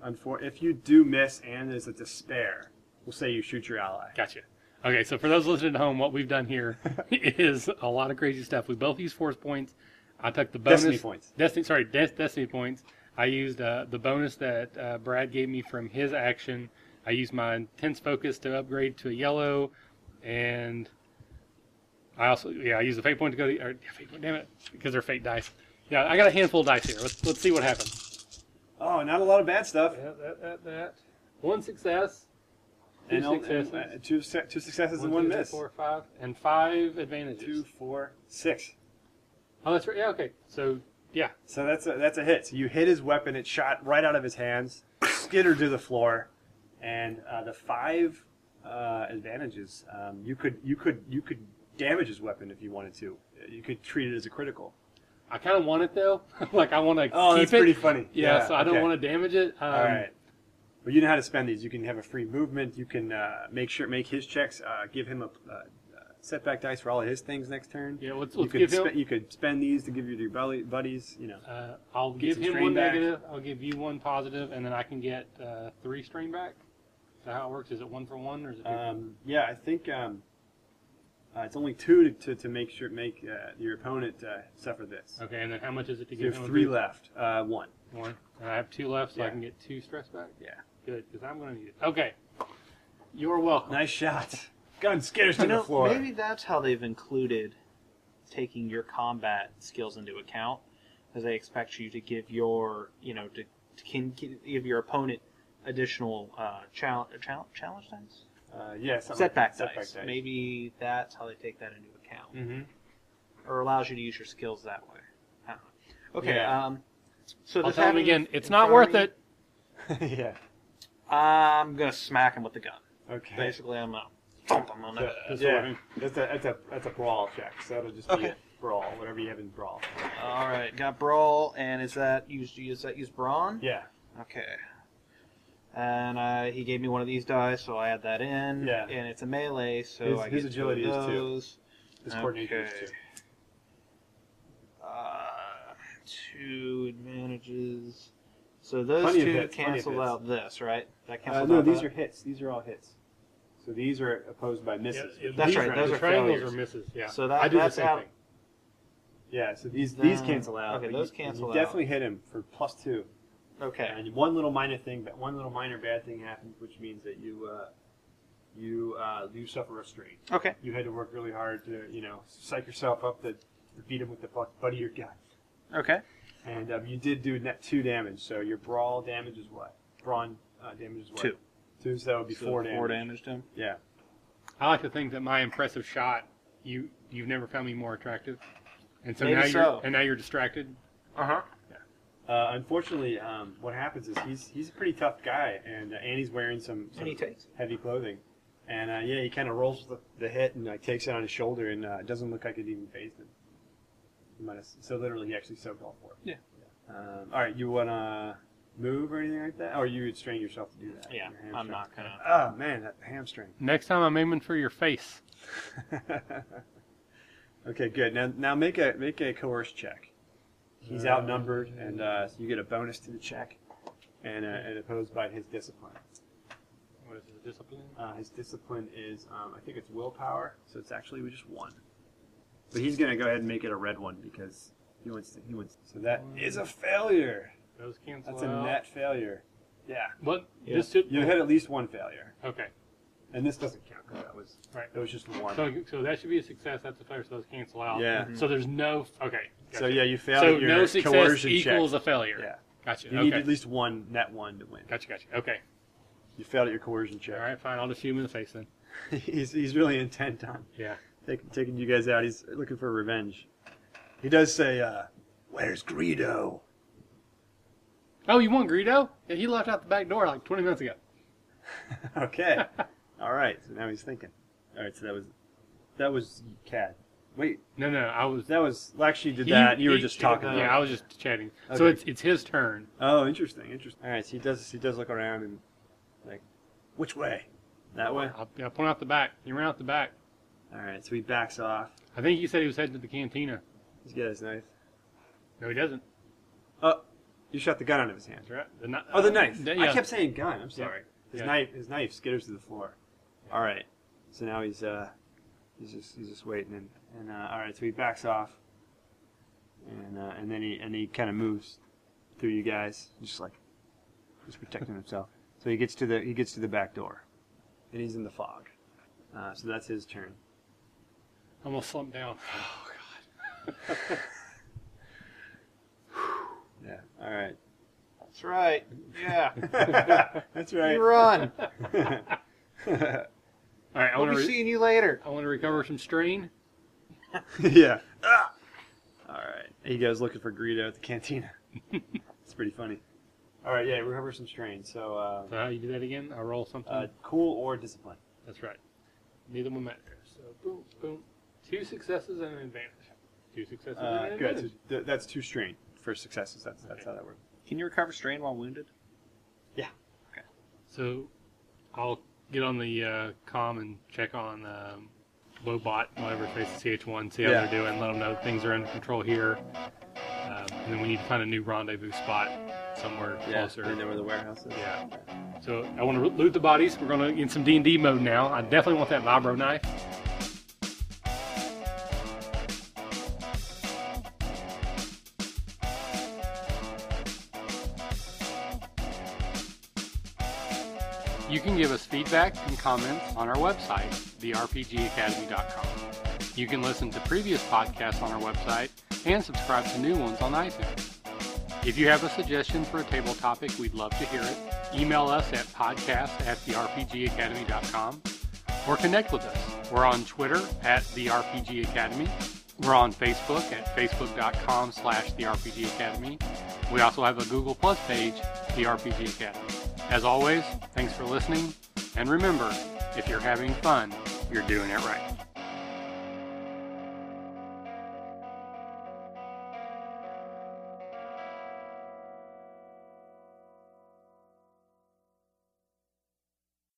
S2: unfor- if you do miss and there's a despair, we'll say you shoot your ally.
S1: Gotcha. Okay, so for those listening at home, what we've done here is a lot of crazy stuff. We both used force points. I took the bonus
S2: Destiny points.
S1: Destiny, sorry, des- destiny points. I used uh, the bonus that uh, Brad gave me from his action. I used my intense focus to upgrade to a yellow, and I also yeah I used a fate point to go to or, yeah, fate point, damn it because they're fate dice. Yeah, I got a handful of dice here. Let's let's see what happens.
S2: Oh, not a lot of bad stuff.
S1: That that that, that. one success, two
S2: And, and,
S1: successes,
S2: uh, two, se- two successes and one
S1: two, three,
S2: miss.
S1: four, five, and five advantages.
S2: Two, four, six.
S1: Oh, that's right. Yeah, okay. So, yeah.
S2: So that's a, that's a hit. So you hit his weapon. It shot right out of his hands, skittered to the floor, and uh, the five uh, advantages. Um, you could you could you could damage his weapon if you wanted to. You could treat it as a critical.
S1: I kind of want it, though. like, I want to
S2: Oh,
S1: keep
S2: that's
S1: it.
S2: pretty funny.
S1: Yeah, so I don't
S2: okay.
S1: want to damage it. Um,
S2: All right. Well, you know how to spend these. You can have a free movement. You can uh, make sure make his checks. Uh, give him a uh, setback dice for all of his things next turn.
S1: Yeah, let's,
S2: you
S1: let's
S2: could
S1: give him.
S2: spe- you could spend these to give you to your belly- buddies. You know.
S1: uh, I'll
S2: Get
S1: give
S2: some
S1: him
S2: strain
S1: one
S2: back.
S1: negative. I'll give you one positive, and then I can get uh, three
S3: Um,
S1: strain back. Is that how it works? Is it one for one, or is it? two for-
S2: Um, yeah, I think um, Uh, it's only two to, to, to make sure make uh, your opponent uh, suffer this.
S1: Okay, and then how much is it to
S2: You
S1: get?
S2: have three left. Uh, one.
S1: One. And I have two left, so I
S2: Yeah.
S1: can get two stress back.
S2: Yeah.
S1: Good, because I'm going to need it. Okay. You're welcome.
S2: Nice shot. Gun skitters to
S3: You know,
S2: the floor.
S3: maybe that's how they've included taking your combat skills into account, because they expect you to give your, you know, to, to can give your opponent additional uh, challenge challenge challenge dice,
S2: Uh, yeah, something like
S3: setback,
S2: that.
S3: dice. Maybe that's how they take that into account,
S2: Mm-hmm.
S3: or allows you to use your skills that way. I don't know. Okay.
S2: Yeah.
S3: Um, so
S1: I'll
S3: this
S1: tell him
S3: having
S1: again,
S3: in
S1: it's not
S3: front of
S1: worth it.
S2: yeah.
S3: me, I'm gonna smack him with the gun.
S2: Okay.
S3: Basically, I'm gonna thump him on the.
S2: So,
S1: That's what I
S2: yeah.
S1: mean.
S2: That's a that's a that's a brawl check. So that'll just be
S3: Okay.
S2: a brawl, whatever you have in brawl.
S3: All right, got brawl, and is that used? Is that used brawn?
S2: Yeah.
S3: Okay. And uh, he gave me one of these dice, so I add that in.
S2: Yeah.
S3: And it's a melee, so
S2: His-
S3: I
S2: his
S3: get
S2: agility
S3: two
S2: is
S3: of
S2: two.
S3: those.
S2: This coordinator
S3: Okay.
S2: is two.
S3: Uh, two advantages. So those
S2: Plenty of
S3: two
S2: hits, plenty of
S3: cancel
S2: hits.
S3: out this, right? That
S2: Uh,
S3: cancels
S2: no,
S3: out.
S2: these
S3: that?
S2: are hits. These are all hits. So these are opposed by misses.
S1: Yeah,
S2: which
S3: That's
S2: is
S1: these-
S3: right,
S2: trying
S3: those
S2: to
S1: the
S3: are
S2: fail
S1: triangles
S2: yours.
S1: are misses. Yeah.
S3: So that-
S1: I do
S3: that's
S1: the same
S3: out.
S1: thing.
S2: Yeah, so these these
S3: No.
S2: cancel out.
S3: um, Okay,
S2: but
S3: those
S2: you-
S3: cancel
S2: you
S3: out.
S2: Definitely hit him for plus two.
S3: Okay.
S2: And one little minor thing, but one little minor bad thing happens, which means that you uh, you uh, you suffer a strain.
S3: Okay.
S2: You had to work really hard to you know psych yourself up to beat him with the butt butt of your gun.
S3: Okay.
S2: And um, you did do net two damage. So your brawl damage is what? Brawn uh, damage is what?
S3: Two.
S2: Two. So that would be
S3: So
S2: four damage.
S3: Four damage to him.
S2: Yeah.
S1: I like to think that my impressive shot, you you've never found me more attractive, and so
S3: Maybe
S1: now you're
S3: so.
S1: and now you're distracted.
S3: Uh huh.
S2: Uh, unfortunately, um, what happens is he's he's a pretty tough guy, and uh, Annie's wearing some, some
S3: And he takes.
S2: heavy clothing, and uh, yeah, he kind of rolls the, the hit and like takes it on his shoulder, and uh, it doesn't look like it even phased him. He might have, so literally, he actually soaked all four.
S3: Yeah.
S2: Um, all right, you wanna move or anything like that, or you would strain yourself to do that?
S3: Yeah,
S2: Your
S3: I'm
S2: hamstring.
S3: not gonna.
S2: Oh man, that hamstring.
S1: Next time I'm aiming for your face.
S2: okay, good. Now, now make a make a coerce check. He's outnumbered, and uh, so you get a bonus to the check, and uh, and opposed by his discipline.
S1: What is it, discipline?
S2: Uh, his discipline is, um, I think it's willpower, so it's actually just one. But he's gonna go ahead and make it a red one because he wants to. He wants. So that is a failure.
S1: Those cancel
S2: That's
S1: out.
S2: a net failure. Yeah.
S1: But
S2: Yeah.
S1: this should
S2: you had at least one failure,
S1: okay.
S2: and this doesn't count because that was
S1: Right.
S2: That was just one.
S1: So so that should be a success. That's a failure. So those cancel out.
S2: yeah.
S1: So there's no okay.
S2: So
S1: gotcha.
S2: yeah, you failed.
S1: So
S2: at your
S1: no success
S2: coercion
S1: equals
S2: check.
S1: a failure.
S2: Yeah.
S1: Gotcha.
S2: You
S1: okay.
S2: need at least one net one to win.
S1: Gotcha. Gotcha. Okay.
S2: You failed at your coercion check.
S1: All right. Fine. I'll just shoot him in the face then.
S2: he's, he's really intent on
S1: Yeah.
S2: taking, taking you guys out. He's looking for revenge. He does say, uh, "Where's Greedo?"
S1: Oh, you want Greedo? Yeah, he left out the back door like 20 minutes ago.
S2: okay. All right. So now he's thinking. All right. So that was that was Cad. Wait,
S1: No, no, I was.
S2: that was Lakshmi did
S1: He-
S2: that. You were
S1: he-
S2: just talking.
S1: Yeah, I was just chatting. So
S2: Okay.
S1: it's it's his turn.
S2: Oh, interesting. Interesting. All right. So he does. He does look around and like, which way? That way.
S1: I, I point out the back. He ran out the back.
S2: All right. So he backs off.
S1: I think he said he was heading to the cantina.
S2: He's got his knife.
S1: No, he doesn't.
S2: Oh, you shot the gun out of his hand.
S1: That's right. The, kni-
S2: Oh, the
S1: uh,
S2: knife.
S1: the-
S2: I
S1: yeah.
S2: kept saying gun. I'm sorry. His
S1: Yeah.
S2: knife. His knife skitters to the floor. All right. So now he's uh, he's just he's just waiting and and uh, all right. So he backs off. And uh, and then he and he kind of moves through you guys, just like just protecting himself. So he gets to the he gets to the back door, and he's in the fog. Uh, so that's his turn.
S1: I almost slumped down.
S2: Yeah. All right.
S3: That's right. Yeah.
S2: that's
S3: You
S2: right.
S3: run.
S1: All right, I
S3: We'll
S1: want
S3: be
S1: to. Re-
S3: seeing you later.
S1: I want to recover some strain.
S2: yeah. Ah! All right. He goes looking for Greedo at the cantina. it's pretty funny. All right. Yeah. Recover some strain. So, uh,
S1: So how you do that again? I roll something.
S2: uh, cool or discipline.
S1: That's right. Neither one matters. So boom, boom. Two successes and an advantage. Two successes
S2: Uh,
S1: and an
S2: good. So
S1: advantage.
S2: th- that's two strain for successes. That's that's how that works.
S3: Can you recover strain while wounded?
S1: So I'll get on the uh, com and check on um, Lobot, whatever face the CH1, see how
S2: Yeah.
S1: they're doing, let them know things are under control here. Um, and then we need to find a new rendezvous spot somewhere closer.
S2: You know where the warehouse is.
S1: Yeah. So I want to loot the bodies. We're going to in some D and D mode now. I definitely want that vibro knife. You can give us feedback and comments on our website, therpgacademy.com. You can listen to previous podcasts on our website and subscribe to new ones on iTunes. If you have a suggestion for a table topic, we'd love to hear it. Email us at podcast at therpgacademy.com or connect with us. We're on Twitter at the RPG Academy. We're on Facebook at facebook.com slash the RPG Academy. We also have a Google Plus page, the RPG Academy. As always, thanks for listening, and remember, if you're having fun, you're doing it right.